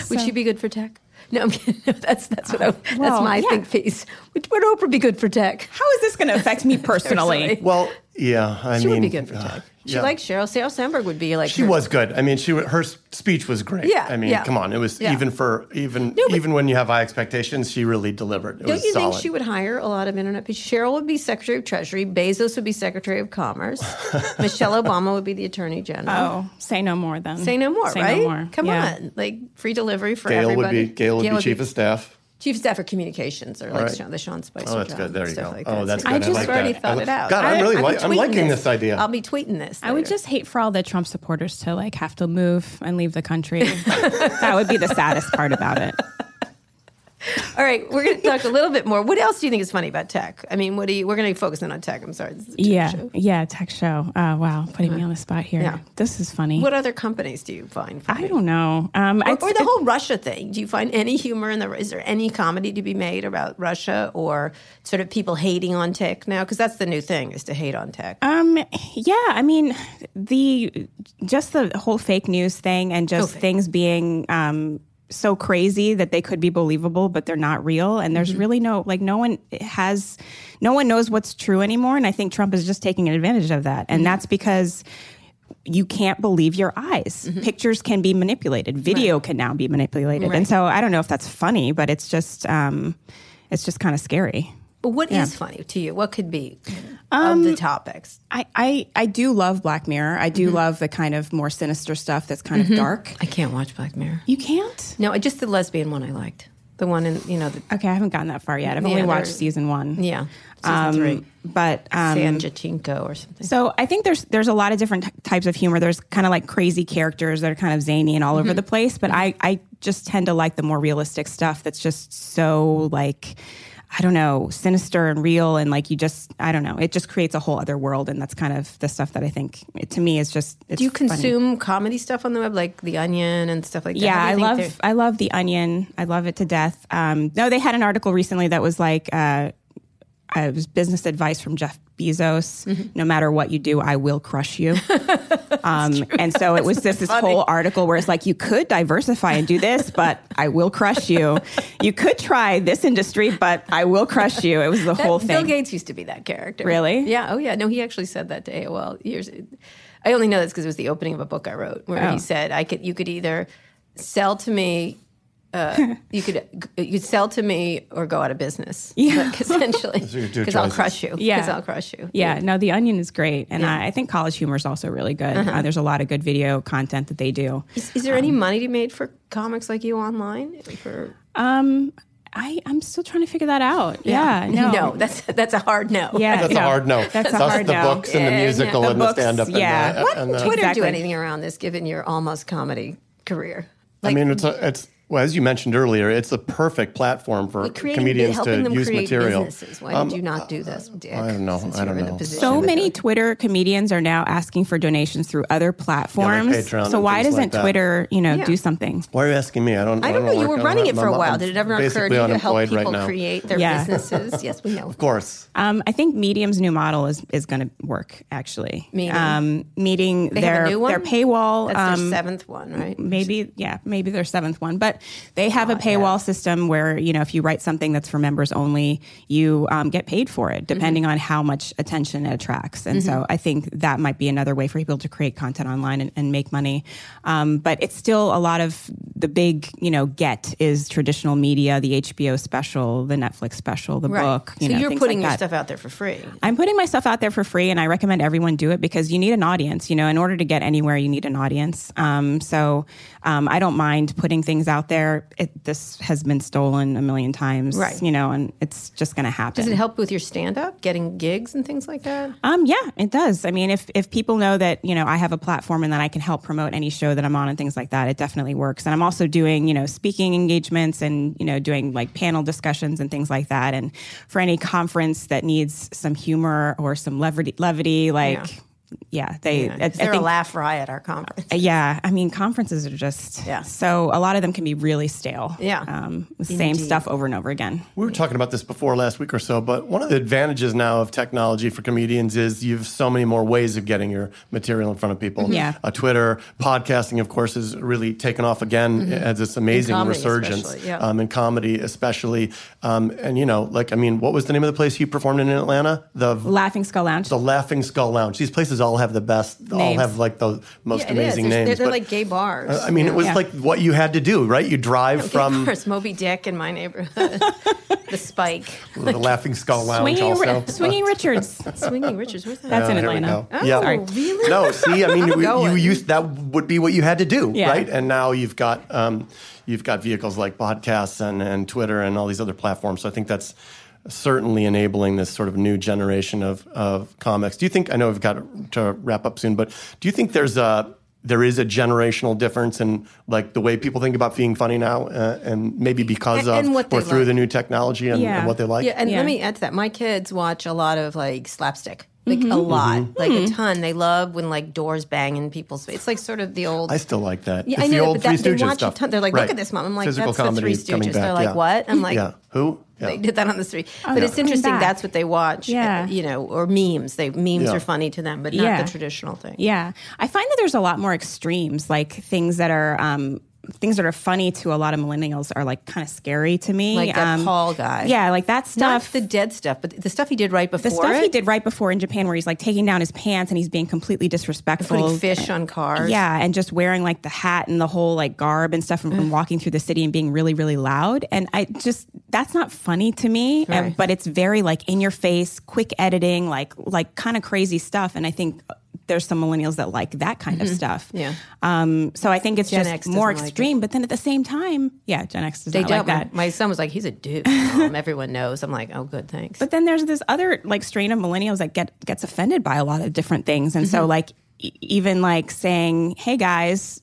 A: Would she be good for tech? No, I'm kidding. that's that's what I, that's
C: Well,
A: my
C: yeah.
A: think piece. Would, would Oprah be good for tech?
C: How is this going to affect me personally?
A: Seriously.
B: Well, yeah. I
A: She
B: mean,
A: would be good for
B: uh,
A: tech. She
B: yeah.
A: like Cheryl Sale Sandberg would be like
B: She
A: her-
B: was good. I mean, she wa- her s- speech was great.
A: Yeah,
B: I mean,
A: yeah.
B: come on. It was
A: Yeah.
B: even for even
A: but-
B: even when you have high expectations, she really delivered. It
A: Don't
B: was
A: you
B: solid.
A: think she would hire a lot of internet people? Cheryl would be Secretary of Treasury. Bezos would be Secretary of Commerce. Michelle Obama would be the Attorney General.
C: Oh, say no more then.
A: Say no more,
C: Say
A: right?
C: no more.
A: Come
C: Yeah.
A: on, like free delivery for
B: Gail would
A: everybody.
B: be Gail would be chief of staff.
A: chief of staff for communications, or like
B: right.
A: Sean, the Sean Spicer.
B: Oh, that's
A: job,
B: good. There you
A: stuff
B: go.
A: Like that.
B: Oh, that's
A: So
B: good.
A: I
B: I
A: just
B: like
A: already
B: that. I
A: thought
B: li-
A: it out.
B: God, I'm
A: I-
B: really
A: I'll be
B: li- I'm
A: tweeting
B: liking this idea.
A: I'll be tweeting this.
C: I would
A: later.
C: just hate for all the Trump supporters to like have to move and leave the country. that would be the saddest part about it.
A: All right, we're going to talk a little bit more. What else do you think is funny about tech? I mean, what do you? We're going to focus in on tech. I'm sorry. This is a tech
C: Yeah.
A: show.
C: Yeah. Tech show. Uh, wow. Putting me on the spot here.
A: Yeah.
C: This is funny.
A: What other companies do you find? Funny?
C: I don't know. Um, I,
A: or the whole Russia thing. Do you find any humor in the? Is there any comedy to be made about Russia or sort of people hating on tech now? Because that's the new thing is to hate on tech.
C: Um, yeah, I mean, the just the whole fake news thing and just
A: Okay.
C: things being um, so crazy that they could be believable, but they're not real. And there's really no like no one has no one knows what's true anymore. And I think Trump is just taking advantage of that. And that's because you can't believe your eyes. Pictures can be manipulated. Video can now be manipulated. And so I don't know if that's funny, but it's just um, it's just kind of scary.
A: but what is funny to you? What could be of the topics?
C: I, I, I do love Black Mirror. I
A: Mm-hmm.
C: do love the kind of more sinister stuff that's kind of dark.
A: I can't watch Black Mirror.
C: You can't?
A: No, I- just the lesbian one I liked. The one in you know the
C: Okay, I haven't gotten that far yet. I've only
A: Yeah,
C: watched
A: there-
C: season one. Um,
A: yeah season three.
C: But um,
A: San Jacinto or something.
C: so I think there's there's a lot of different t- types of humor. There's kind of like crazy characters that are kind of zany and all
A: Mm-hmm.
C: over the place. But I, I just tend to like the more realistic stuff that's just so like I don't know, sinister and real and like you just I don't know. It just creates a whole other world and that's kind of the stuff that I think to me is just it's
A: Do you
C: funny.
A: consume comedy stuff on the web, like The Onion and stuff like that?
C: Yeah,
A: How do
C: I
A: you
C: love
A: think they're-
C: I love the Onion. I love it to death. Um, no, they had an article recently that was like. Uh, uh, it was business advice from Jeff Bezos.
A: Mm-hmm.
C: No matter what you do, I will crush you. um, and so it was this this whole article where it's like you could diversify and do this, but I will crush you. You could try this industry, but I will crush you. It was the
A: That-
C: whole
A: Bill
C: thing.
A: Gates used to be that character.
C: Really?
A: Yeah. Oh, yeah. No, he actually said that to AOL years. I only know this because it was the opening of a book I wrote where
C: Oh.
A: he said, "I could, you could either sell to me." Uh, you could you could sell to me or go out of business.
C: Yeah.
A: Like, essentially,
B: are your two
A: because I'll
B: choices.
A: crush you.
C: Yeah.
A: because I'll crush you.
C: Yeah, no, The Onion is great, and
A: Yeah. Uh-huh.
C: I, I think College Humor is also really good. Uh, there's a lot of good video content that they do.
A: Is, is there
C: Um,
A: any money to be made for comics like you online? For
C: I I'm still trying to figure that out. Yeah, no,
A: that's that's a hard no.
C: Yeah,
B: That's
C: no.
B: a hard no.
C: That's a hard
B: the
C: no.
B: books and the
A: Yeah, yeah.
B: musical
C: The
B: and
C: books,
B: the stand up.
C: yeah.
B: And the,
A: What
B: and uh,
A: would
B: the-
A: Twitter
C: Exactly.
A: do anything around this, given your almost comedy career?
B: I mean, it's a, it's well as you mentioned earlier, it's the perfect platform for
A: creating,
B: comedians
A: helping
B: to
A: them
B: use
A: create
B: material.
A: businesses. Why
B: Um,
A: did you not do this, Dick?
B: I don't know.
A: since
B: I
A: you
B: don't
A: were in a
B: know.
A: position
C: So
A: to do
C: many
A: it?
C: Twitter comedians are now asking for donations through other platforms.
B: Patreon
C: so
B: and
C: why
B: things
C: doesn't
B: like that.
C: Twitter, you know,
A: Yeah.
C: do something?
B: Why are you asking me? I don't.
A: I don't know. You
B: work-
A: were
B: I don't
A: running
B: know.
A: it for a
B: I'm-
A: while.
B: I'm
A: Did it ever
B: basically
A: occur to you to help
B: unemployed
A: people
B: right now.
A: create their
C: Yeah.
A: businesses? yes, we know.
B: Of course.
C: Um, I think Medium's new model is is going to work actually.
A: Medium.
C: Um, meeting
A: They
C: their
A: have a new one.
C: their paywall.
A: That's
C: um,
A: their seventh one, right?
C: maybe yeah maybe their seventh one but they have a paywall system where you know if you write something that's for members only you um, get paid for it
A: Mm-hmm.
C: depending on how much attention it attracts and so i think that might be another way for people to create content online and, and make money um, but it's still a lot of the big you know get is traditional media the hbo special the netflix special the book you
A: so
C: know,
A: you're
C: things
A: putting
C: like
A: your
C: that.
A: stuff out there for free.
C: I'm putting my stuff out there for free, and I recommend everyone do it because you need an audience. You know, in order to get anywhere, you need an audience. Um, so um, I don't mind putting things out there. It, this has been stolen a million times,
A: Right.
C: you know, and it's just going to happen.
A: Does it help with your stand up, getting gigs and things like that?
C: Um, yeah, it does. I mean, if if people know that you know I have a platform and that I can help promote any show that I'm on and things like that, it definitely works. And I'm also doing you know speaking engagements and you know doing like panel discussions and things like that. And for any conference that needs some humor or some levity, levity like yeah, they I, I
A: Is there a
C: think-
A: laugh riot at our conference?
C: yeah, I mean conferences are just
A: Yeah.
C: So a lot of them can be really stale.
A: Yeah.
C: um, the same stuff over and over again.
B: We were talking about this before last week or so, but one of the advantages now of technology for comedians is you have so many more ways of getting your material in front of people.
C: Yeah.
A: Mm-hmm.
B: Uh, Twitter, podcasting, of course, is really taken off again as this amazing
A: Mm-hmm. comedy
B: resurgence
A: especially, yeah.
B: um, in comedy, especially. Um, and, you know, like, I mean, what was the name of the place you performed in in Atlanta? The
C: Laughing Skull Lounge.
B: the Laughing Skull Lounge. These places all have the best, all
C: Names.
B: have like the most
A: Yeah, it is.
B: amazing
A: There's-
B: names.
A: They're, they're
B: but,
A: like gay bars.
B: I mean, it was
C: Yeah.
B: like what you had to do, right? You drive
A: of
B: from
A: course, Moby Dick in my neighborhood, the Spike,
B: the Laughing Skull Lounge.
C: Swinging, Ri-
B: also. Uh,
C: Swinging Richards.
A: Swinging Richards. Where's that?
C: That's in
B: Here we
C: Atlanta.
B: go. yeah.
A: Oh, really?
B: No, see, I mean, we- you
A: going.
B: used that would be what you had to do,
C: Yeah.
B: right? And now you've got um, you've got vehicles like podcasts and, and Twitter and all these other platforms. So I think that's certainly enabling this sort of new generation of of comics. Do you think? I know we've got to wrap up soon, but do you think there's a there is a generational difference in like the way people think about being funny now, uh, and maybe because
A: And-
B: of
A: and what they
B: or through
A: like.
B: the new technology and,
C: Yeah.
B: and what they like.
A: Yeah, and
C: Yeah.
A: let me add to that. My kids watch a lot of like slapstick, like a lot,
B: Mm-hmm.
A: like a ton. They love when like doors bang in people's face. It's like sort of the old.
B: I still like that.
A: Yeah,
B: it's
A: I
B: the
A: know,
B: old
A: but that-
B: Three
A: they
B: Stooges
A: watch a
B: stuff.
A: ton. They're like, "Look at this, Mom." I'm like, "That's the Three
B: is coming
A: Stooges." They're like, "What?" I'm like,
B: yeah, who? Yeah.
A: They did that on the street, but
C: they're
A: it's interesting.
C: coming back.
A: That's what they watch.
C: Yeah.
A: uh, you know, or memes. They memes
B: Yeah.
A: are funny to them, but not
C: Yeah.
A: the traditional thing.
C: Yeah, I find that there's a lot more extremes, like things that are um, things that are funny to a lot of millennials are like kind of scary to me.
A: Like that
C: um,
A: Paul guy.
C: Yeah, like that
A: Not
C: stuff.
A: the dead stuff, but the stuff he did right before
C: the stuff he
A: it,
C: did right before in Japan, where he's like taking down his pants and he's being completely disrespectful,
A: putting fish on cars.
C: Yeah, and just wearing like the hat and the whole like garb and stuff and,
A: Mm.
C: and walking through the city and being really, really loud. And I just that's not funny to me. and-
A: Right.
C: but it's very like in your face, quick editing, like like kind of crazy stuff. And I think there's some millennials that like that kind of stuff.
A: Mm-hmm. Yeah.
C: Um, so I think it's
A: Gen
C: just
A: X doesn't
C: more
A: like it.
C: extreme. but then at the same time, yeah, Gen X does
A: They
C: not
A: don't.
C: like that.
A: My, my son was like, he's a dude. Mom. Everyone knows. I'm like, oh, good, thanks.
C: But then there's this other like strain of millennials that get gets offended by a lot of different things, and
A: Mm-hmm.
C: so like e- even like saying, "Hey guys,"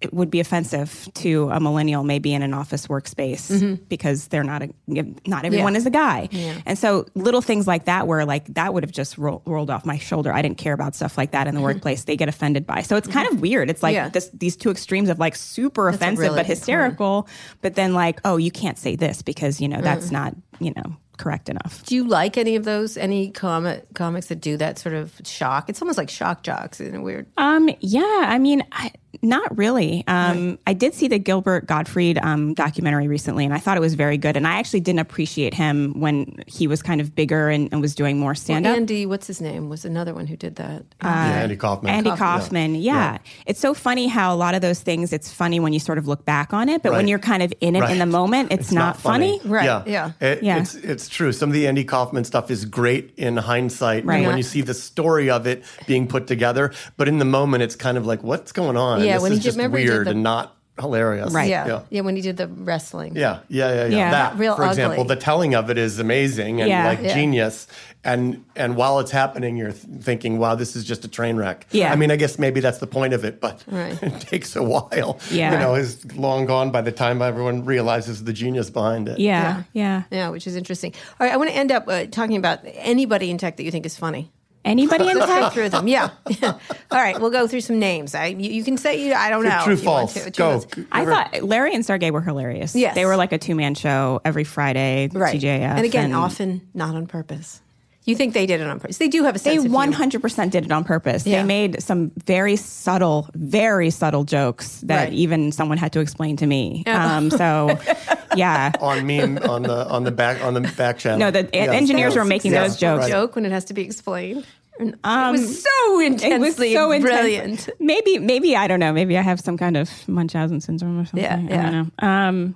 C: it would be offensive to a millennial maybe in an office workspace because they're not a, not everyone
A: Mm-hmm. Yeah.
C: is a guy, and so little things like that where like that would have just roll, rolled off my shoulder. I didn't care about stuff like that in the workplace. They get offended by, so it's kind of weird. It's like
A: Mm-hmm. Yeah.
C: this, these two extremes of like super
A: a
C: offensive
A: really good point.
C: but
A: Mm.
C: hysterical, but then like oh you can't say this because you know that's not you know correct enough.
A: Do you like any of those? Any comic comics that do that sort of shock? It's almost like shock jocks in a weird.
C: Um, yeah, I mean, I, not really. Um, I did see the Gilbert Gottfried um, documentary recently, and I thought it was very good. And I actually didn't appreciate him when he was kind of bigger and, and was doing more stand up.
A: Andy, what's his name? Was another one who did that.
C: Uh,
B: yeah, Andy Kaufman.
C: Andy
B: Kaufman.
C: Kaufman, yeah. It's so funny how a lot of those things, it's funny when you sort of look back on it, but
B: Right.
C: when you're kind of in it
B: Right.
C: in the moment, it's, not, funny.
A: Right,
B: Yeah.
A: yeah.
B: It-
C: Yeah.
B: It's, it's true. Some of the Andy Kaufman stuff is great in hindsight.
C: Right.
B: And when
C: Yeah.
B: you see the story of it being put together, but in the moment, it's kind of like, what's going on?
A: Yeah,
B: This
A: when
B: is
A: he did-
B: just
A: remember he did
B: weird
A: the-
B: and not hilarious.
C: Right.
A: Yeah.
B: Yeah.
A: yeah, When he did the wrestling,
B: Yeah, yeah, yeah, yeah.
C: Yeah.
B: That,
A: Real
B: for example,
A: ugly.
B: the telling of it is amazing and
C: Yeah.
B: like
C: Yeah.
B: genius. And and while it's happening, you're th- thinking, "Wow, this is just a train wreck."
C: Yeah.
B: I mean, I guess maybe that's the point of it, but
A: Right.
B: it takes a while.
C: Yeah.
B: you know, it's long gone by the time everyone realizes the genius behind it.
C: Yeah, yeah.
A: yeah, which is interesting. All right, I want to end up uh, talking about anybody in tech that you think is funny.
C: Anybody in
A: Let's go
C: tech?
A: through them. Yeah. All right, we'll go through some names. I you, you can say you, I don't know.
B: True,
A: if you want
B: false.
A: to. True,
B: Go.
A: false.
C: I thought Larry and Sergey were hilarious.
A: Yes.
C: They were like a two man show every Friday,
A: Right.
C: TJF.
A: and again, often not on purpose. You think they did it on purpose? They do have a sense
C: They
A: of humor.
C: 100% did it on purpose.
A: Yeah.
C: They made some very subtle, very subtle jokes that
A: Right.
C: even someone had to explain to me. Um, so, yeah.
B: on meme on the on the back on the back channel.
C: No, the
B: Yes,
C: engineers
B: yes,
C: were making
B: yes,
C: those jokes.
B: right.
A: joke when it has to be explained. And it was so intensely
C: Um, It was so intense.
A: brilliant.
C: Maybe, maybe I don't know. Maybe I have some kind of Munchausen syndrome or something.
A: Yeah,
C: I
A: yeah. Oh,
C: don't know. Um,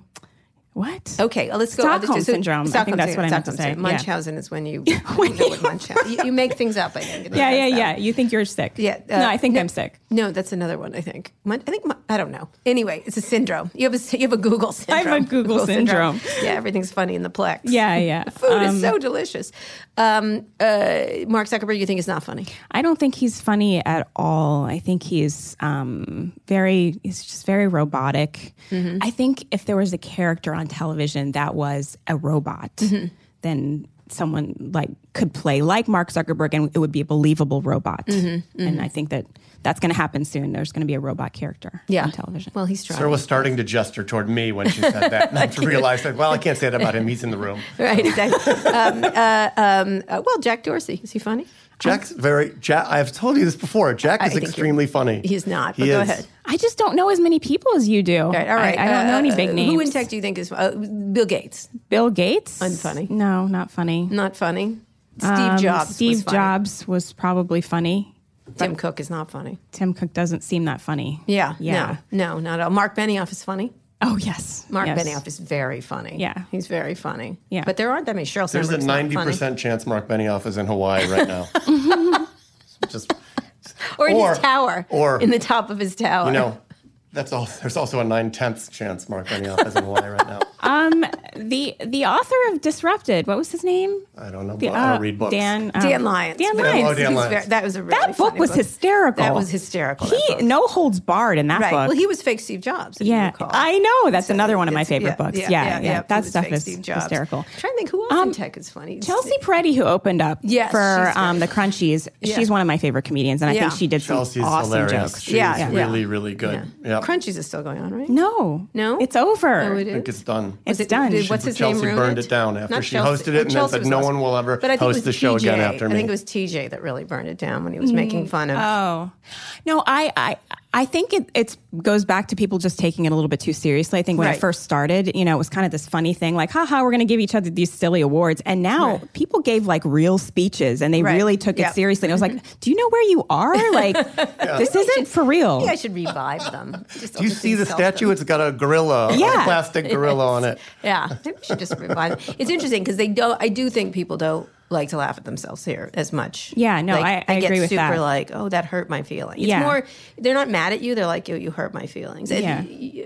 C: what?
A: Okay, well, let's go.
C: Stockholm
A: other two. So,
C: syndrome. I think
A: Stockholm
C: that's what I meant to
A: Stockholm
C: say.
A: syndrome.
C: Yeah.
A: Munchausen is when you, when you, know what Munchausen. you, you make things up. I think.
C: Yeah, yeah,
A: That's that.
C: yeah. You think you're sick?
A: Yeah, uh,
C: no, I think
A: no.
C: I'm sick.
A: No, that's another one. I think. Mun- I think. Mun- I don't know. Anyway, it's a syndrome. You have a s- you have a Google
C: have
A: syndrome.
C: a Google syndrome.
A: yeah, everything's funny in the plex.
C: Yeah, yeah.
A: Food
C: Um,
A: is so delicious. Um, uh, Mark Zuckerberg, you think is not funny?
C: I don't think he's funny at all. I think he's um, very, he's just very robotic.
A: Mm-hmm.
C: I think if there was a character on television that was a robot,
A: Mm-hmm.
C: then someone like could play like Mark Zuckerberg, and it would be a believable robot.
A: Mm-hmm.
C: And I think that that's going to happen soon. There's going to be a robot character on television.
A: Well, he's trying.
B: Sarah was starting to gesture toward me when she said that, and I realized that. Well, I can't say that about him. He's in the room.
A: right. Exactly. um, uh, um, uh, well, Jack Dorsey is he funny?
B: Jack's very. Jack, I've told you this before. Jack
A: I
B: is
A: think you're-
B: extremely funny.
A: He's not.
B: He
A: But go
B: is.
A: ahead.
C: I just don't know as many people as you do.
A: All right. All right.
C: I, I don't
A: Uh,
C: know any
A: uh,
C: big names.
A: Who in tech do you think is uh, Bill Gates?
C: Bill Gates?
A: Unfunny.
C: No, not funny.
A: Not funny. Steve
C: Um,
A: Jobs.
C: Steve
A: was funny.
C: Jobs was probably funny.
A: Tim Cook is not funny.
C: Tim Cook doesn't seem that funny.
A: Yeah.
C: Yeah.
A: No. No. Not at all. Mark Benioff is funny.
C: Oh yes.
A: Mark
C: yes.
A: Benioff is very funny.
C: Yeah.
A: He's very funny.
C: Yeah.
A: But there aren't that many. Sheryl
B: There's a
A: Sandberg's not funny.
B: ninety percent chance Mark Benioff is in Hawaii right now. Just
A: Or in
B: or-
A: his tower.
B: or-
A: in the top of his tower.
B: you know, that's all. There's also a nine tenths chance Mark Benioff is in Hawaii right now.
C: Um the the author of Disrupted, what was his name?
B: I don't know.
C: The,
B: I
C: uh,
B: don't read books.
C: Dan um,
A: Dan Lyons.
C: Dan
A: was-
B: Lyons. Oh,
C: Lyons.
B: Dan
A: he's
B: Lyons.
A: very- that was a really
C: That book
A: funny
C: was hysterical.
A: That was hysterical. that
C: He
A: book.
C: no holds barred in that
A: Right.
C: book.
A: Well, he was fake Steve Jobs. If You
C: yeah,
A: recall.
C: I know. That's
A: So
C: another one of my
A: it's-
C: favorite books. Yeah, yeah.
A: He
C: That
A: was
C: stuff
A: fake
C: is
A: Steve Jobs.
C: hysterical.
A: I'm trying to think who else in
C: Um,
A: tech is funny.
C: Chelsea Peretti, who opened up
A: Yes, she's
C: for
A: very-
C: um, the Crunchies,
A: Yeah.
C: she's one of my favorite comedians, and I
A: Yeah.
C: think she did some
B: Chelsea's
C: awesome
B: hilarious.
C: jokes.
B: She's
A: Yeah, yeah.
B: really, really
A: Yeah.
B: good. Yeah.
A: Crunchies is still going on, right?
C: No,
A: No?
C: it's over.
A: Oh, it
B: I
A: is.
B: think it's done.
A: Was
C: It's done.
A: did- what's his
B: Chelsea
A: name? ruin
B: burned it down after
A: Not
B: she
A: Chelsea.
B: hosted it
A: Oh,
B: and then
A: Chelsea
B: said,
A: was
B: "No
A: awesome.
B: one will ever
A: but I think it
B: host
A: was
B: the show again
A: TJ.
B: after
A: I
B: me."
A: think it was TJ that really burned it down when he was making fun of.
C: Oh no, I I, I think it it's, goes back to people just taking it a little bit too seriously. I think when
A: Right.
C: it first started, you know, it was kind of this funny thing, like, haha, we're going to give each other these silly awards, and now people gave like real speeches and they
A: Right.
C: really took
A: Yeah.
C: it seriously. And it was like, do you know where you are? Like, this isn't for real.
A: Maybe I should revive them. Just- I'll
B: Do you
A: just
B: see the
A: insult
B: statue?
A: them.
B: It's got a gorilla,
C: Yeah.
B: a plastic gorilla on it.
A: Yeah, maybe we should just revive. Them. It's interesting because they don't. I do think people don't like to laugh at themselves here as much.
C: Yeah, no,
A: Like,
C: I-
A: they
C: I
A: get
C: agree with
A: super
C: that.
A: like, oh, that hurt my feelings. It's
C: Yeah.
A: more they're not mad at you. They're like, you, you hurt my feelings. It-
C: Yeah.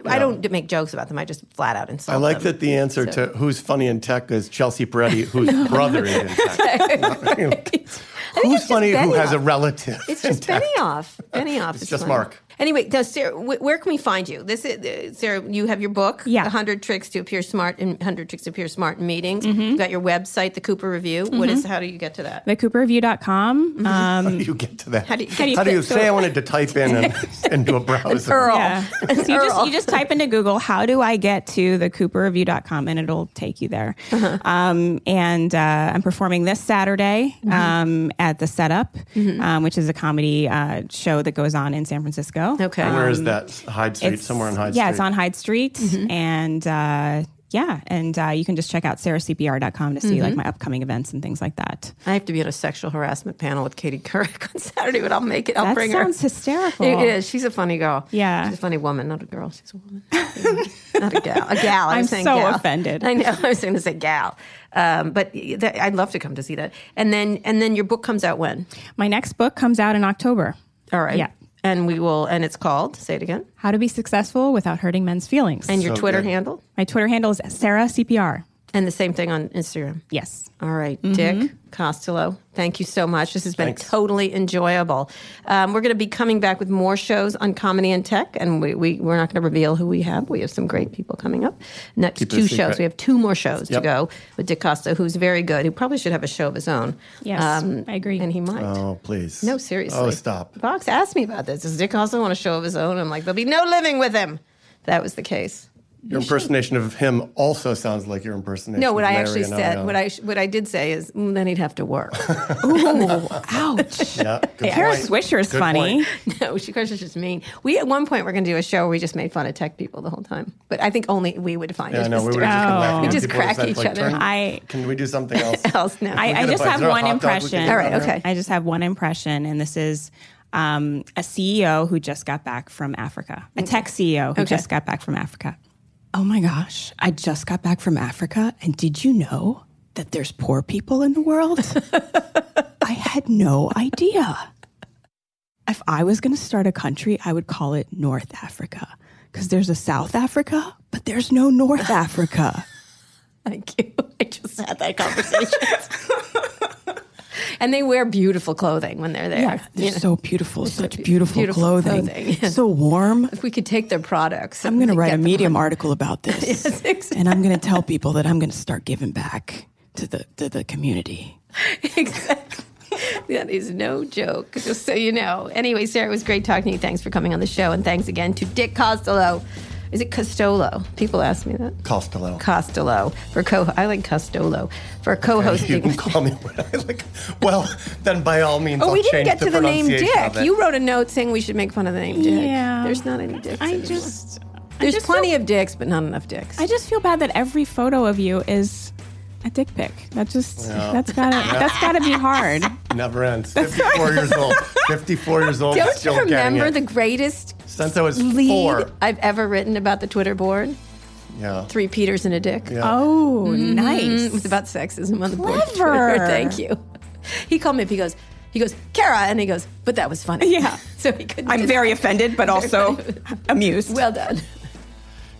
A: I don't make jokes about them. I just flat out insult.
B: I like
A: them.
B: that the answer
A: So-
B: to who's funny in tech is Chelsea Peretti, whose brother is in tech.
A: it's
B: who's
A: just
B: funny who has
A: Benioff.
B: a relative?
A: It's
B: in
A: just
B: tech?
A: Benioff. Benioff.
B: It's
A: is
B: just
A: funny.
B: Mark.
A: Anyway, now, Sarah, wh- where can we find you? This is uh, Sarah. You have your book,
C: Yeah.
A: 100 Tricks to Appear Smart and 100 Tricks to Appear Smart in Meetings.
C: Mm-hmm.
A: You've got your website, The Cooper Review. What is? How do you get to that?
C: thecooperreview.com.
A: Mm-hmm.
C: Um,
B: How do you get to that?
A: How do you- how do you click-
B: say I wanted to type in and, and do a browser?
A: Earl.
C: yeah. so you
A: Earl.
C: just, you just type into Google, how do I get to the cooperreview.com and it'll take you there.
A: Uh-huh.
C: Um, and uh, I'm performing this Saturday
A: Mm-hmm.
C: um, at The Setup, um, which is a comedy uh, show that goes on in San Francisco. Um,
A: Okay.
B: Where is that? Hyde Street,
C: It's-
B: somewhere on Hyde
C: Yeah,
B: Street.
C: it's on Hyde Street.
A: Mm-hmm.
C: And uh, yeah, and uh, you can just check out sarahcpr.com to see
A: Mm-hmm.
C: like my upcoming events and things like that.
A: I have to be on a sexual harassment panel with Katie Couric on Saturday, but I'll make it. I'll
C: That
A: bring
C: sounds
A: her.
C: hysterical.
A: It is. She's a funny girl.
C: Yeah.
A: She's a funny woman, not a girl. She's a woman. not a gal. A gal. I'm,
C: I'm
A: saying
C: so
A: gal.
C: offended.
A: I know. I was going to say gal. Um, but that, I'd love to come to see that. And then and then your book comes out when?
C: My next book comes out in October.
A: All right.
C: Yeah.
A: And we will and it's called, say it again.
C: How to be successful without hurting men's feelings.
A: And your
B: So
A: Twitter
B: good.
A: handle.
C: My Twitter handle is Sarah CPR.
A: And the same thing on Instagram.
C: Yes.
A: All right, Dick Costello, thank you so much. This has been
B: Mm-hmm. Thanks.
A: totally enjoyable. Um, we're going to be coming back with more shows on comedy and tech, and we, we, we're not going to reveal who we have. We have some great people coming up. Next
B: Keep it a
A: two
B: secret.
A: shows, we have two more shows to
B: Yep.
A: go with Dick Costello, who's very good, who probably should have a show of his own. Um,
C: Yes, I agree.
A: And he might.
B: Oh, please.
A: no, seriously.
B: Oh, stop.
A: Vox asked me about this. Does Dick Costello want a show of his own? I'm like, there'll be no living with him. That was the case.
B: Your impersonation of him also sounds like your impersonation.
A: No, what
B: of
A: I
B: Larry
A: actually
B: and uh,
A: said,
B: Ariana.
A: what I sh- what I did say is, mm, then he'd have to work.
C: Ooh, ouch.
B: Yeah, good
C: Kara
B: point.
C: Swisher is
B: Good
C: funny.
B: point.
A: No, she crushes just mean. We at one point were going to do a show where we just made fun of tech people the whole time, but I think only we would find
B: Yeah,
A: it.
B: no, we were just
A: hysterical.
B: laughing.
A: Oh. We
B: at
A: just
B: people
A: crack
B: and said,
A: each
B: like,
A: other.
B: turn-
C: I-
B: can we do something else?
A: Else, no.
C: I, I
B: Is
C: just
B: there
C: have
B: a
C: one
B: hot dog we can
C: impression.
B: get
A: All right,
B: down there?
A: okay.
C: I just have one impression, and this is um, a CEO who just got back from Africa, a tech CEO who
A: Okay.
C: just got back from Africa. Oh my gosh, I just got back from Africa, and did you know that there's poor people in the world? I had no idea. If I was going to start a country, I would call it North Africa because there's a South Africa, but there's no North Africa.
A: Thank you. I just had that conversation. and they wear beautiful clothing when they're there.
C: they're
A: you know.
C: so beautiful, such
A: be-
C: beautiful,
A: beautiful
C: clothing,
A: clothing, yes.
C: so warm.
A: if we could take their products,
C: I'm
A: and
C: going to
A: get
C: write a
A: them-
C: Medium article about this,
A: Yes, exactly.
C: and I'm going to tell people that I'm going to start giving back to the to the community.
A: exactly. That is no joke, just so you know. Anyway, Sarah, it was great talking to you. Thanks for coming on the show. And thanks again to Dick Costello. Is it Costolo? People ask me that.
B: Costello.
A: Costello for co. I like Costolo for
B: You
A: co-hosting.
B: can call me what I like. Well, then by all means,
A: Oh,
B: I'll
A: we didn't
B: change
A: get to the name
B: pronunciation of
A: Dick.
B: it.
A: You wrote a note saying we should make fun of the name Dick.
C: Yeah.
A: There's not any dicks. anymore.
C: I
A: there's plenty of dicks, but not enough dicks.
E: I just feel bad that every photo of you is a dick pic. That just that's gotta that's gotta be hard.
B: never ends. 54 years old. 54 years old.
A: Don't
B: still
A: you remember the
B: getting it.
A: greatest
B: since I was
A: lead
B: four?
A: I've ever written about the Twitter board?
B: Yeah.
A: Three Peters and a dick.
B: Yeah.
E: Oh,
A: Mm, It
E: nice.
A: was about sexism on the board. of
E: Clever.
A: Twitter. Thank you. He called me up. He goes, he goes, Kara, and he goes, but that was funny.
C: Yeah.
A: so he could.
C: offended, but also amused.
A: well done.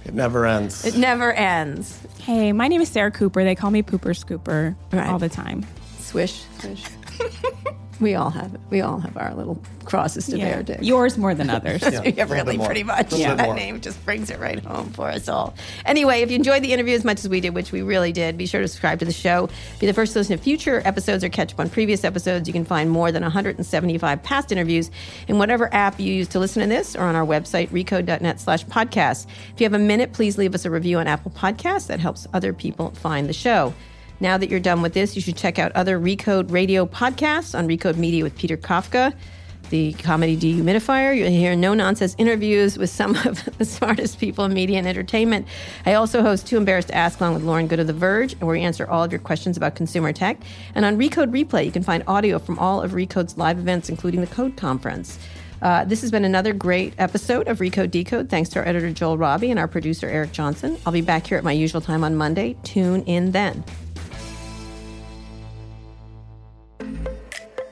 B: It never ends.
A: It never ends.
E: Hey, my name is Sarah Cooper. They call me Pooper Scooper
A: Right.
E: all the time.
A: Swish, swish. we all have it. We all have our little crosses to bear, Dick.
E: yours more than others.
A: Yeah,
B: little
A: really,
B: bit more.
A: pretty much.
B: Little bit
A: That
B: more.
A: name just brings it right home for us all. Anyway, if you enjoyed the interview as much as we did, which we really did, be sure to subscribe to the show. Be the first to listen to future episodes or catch up on previous episodes. You can find more than 175 past interviews in whatever app you use to listen to this or on our website, recode.net slash podcast. If you have a minute, please leave us a review on Apple Podcasts. That helps other people find the show. Now that you're done with this, you should check out other Recode radio podcasts on Recode Media with Peter Kafka the comedy dehumidifier. You'll hear no nonsense interviews with some of the smartest people in media and entertainment. I also host Too Embarrassed to Ask along with Lauren Good of The Verge, where we answer all of your questions about consumer tech. And on Recode Replay, you can find audio from all of Recode's live events, including the Code Conference. Uh, this has been another great episode of Recode Decode. Thanks to our editor Joel Robbie and our producer Eric Johnson. I'll be back here at my usual time on Monday. Tune in then.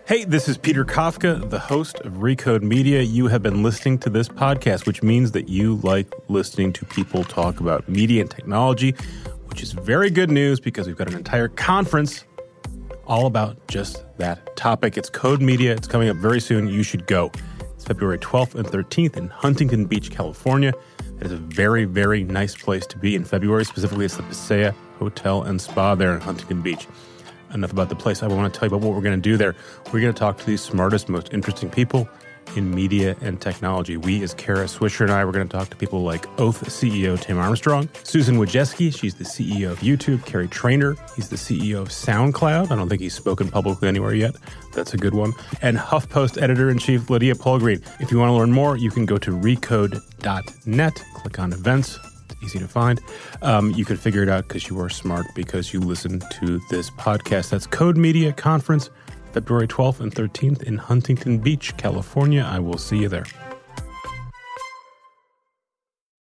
D: Hey, this is Peter Kafka, the host of Recode Media. You have been listening to this podcast, which means that you like listening to people talk about media and technology, which is very good news because we've got an entire conference all about just that topic. It's Code Media. It's coming up very soon. You should go. It's February 12th and 13th in Huntington Beach, California. It is a very, very nice place to be in February. Specifically, it's the Paseo Hotel and Spa there in Huntington Beach. Enough about the place. I want to tell you about what we're going to do there. We're going to talk to the smartest, most interesting people in media and technology. We, as Kara Swisher and I, we're going to talk to people like Oath CEO Tim Armstrong, Susan Wojcicki, she's the CEO of YouTube, Kerry Trainer, he's the CEO of SoundCloud. I don't think he's spoken publicly anywhere yet. That's a good one. And HuffPost editor in chief Lydia Polgreen. If you want to learn more, you can go to recode.net, click on events. It's Easy to find. Um, you can figure it out because you are smart because you listen to this podcast. That's Code Media Conference. February 12th and 13th in Huntington Beach, California. I will see you there.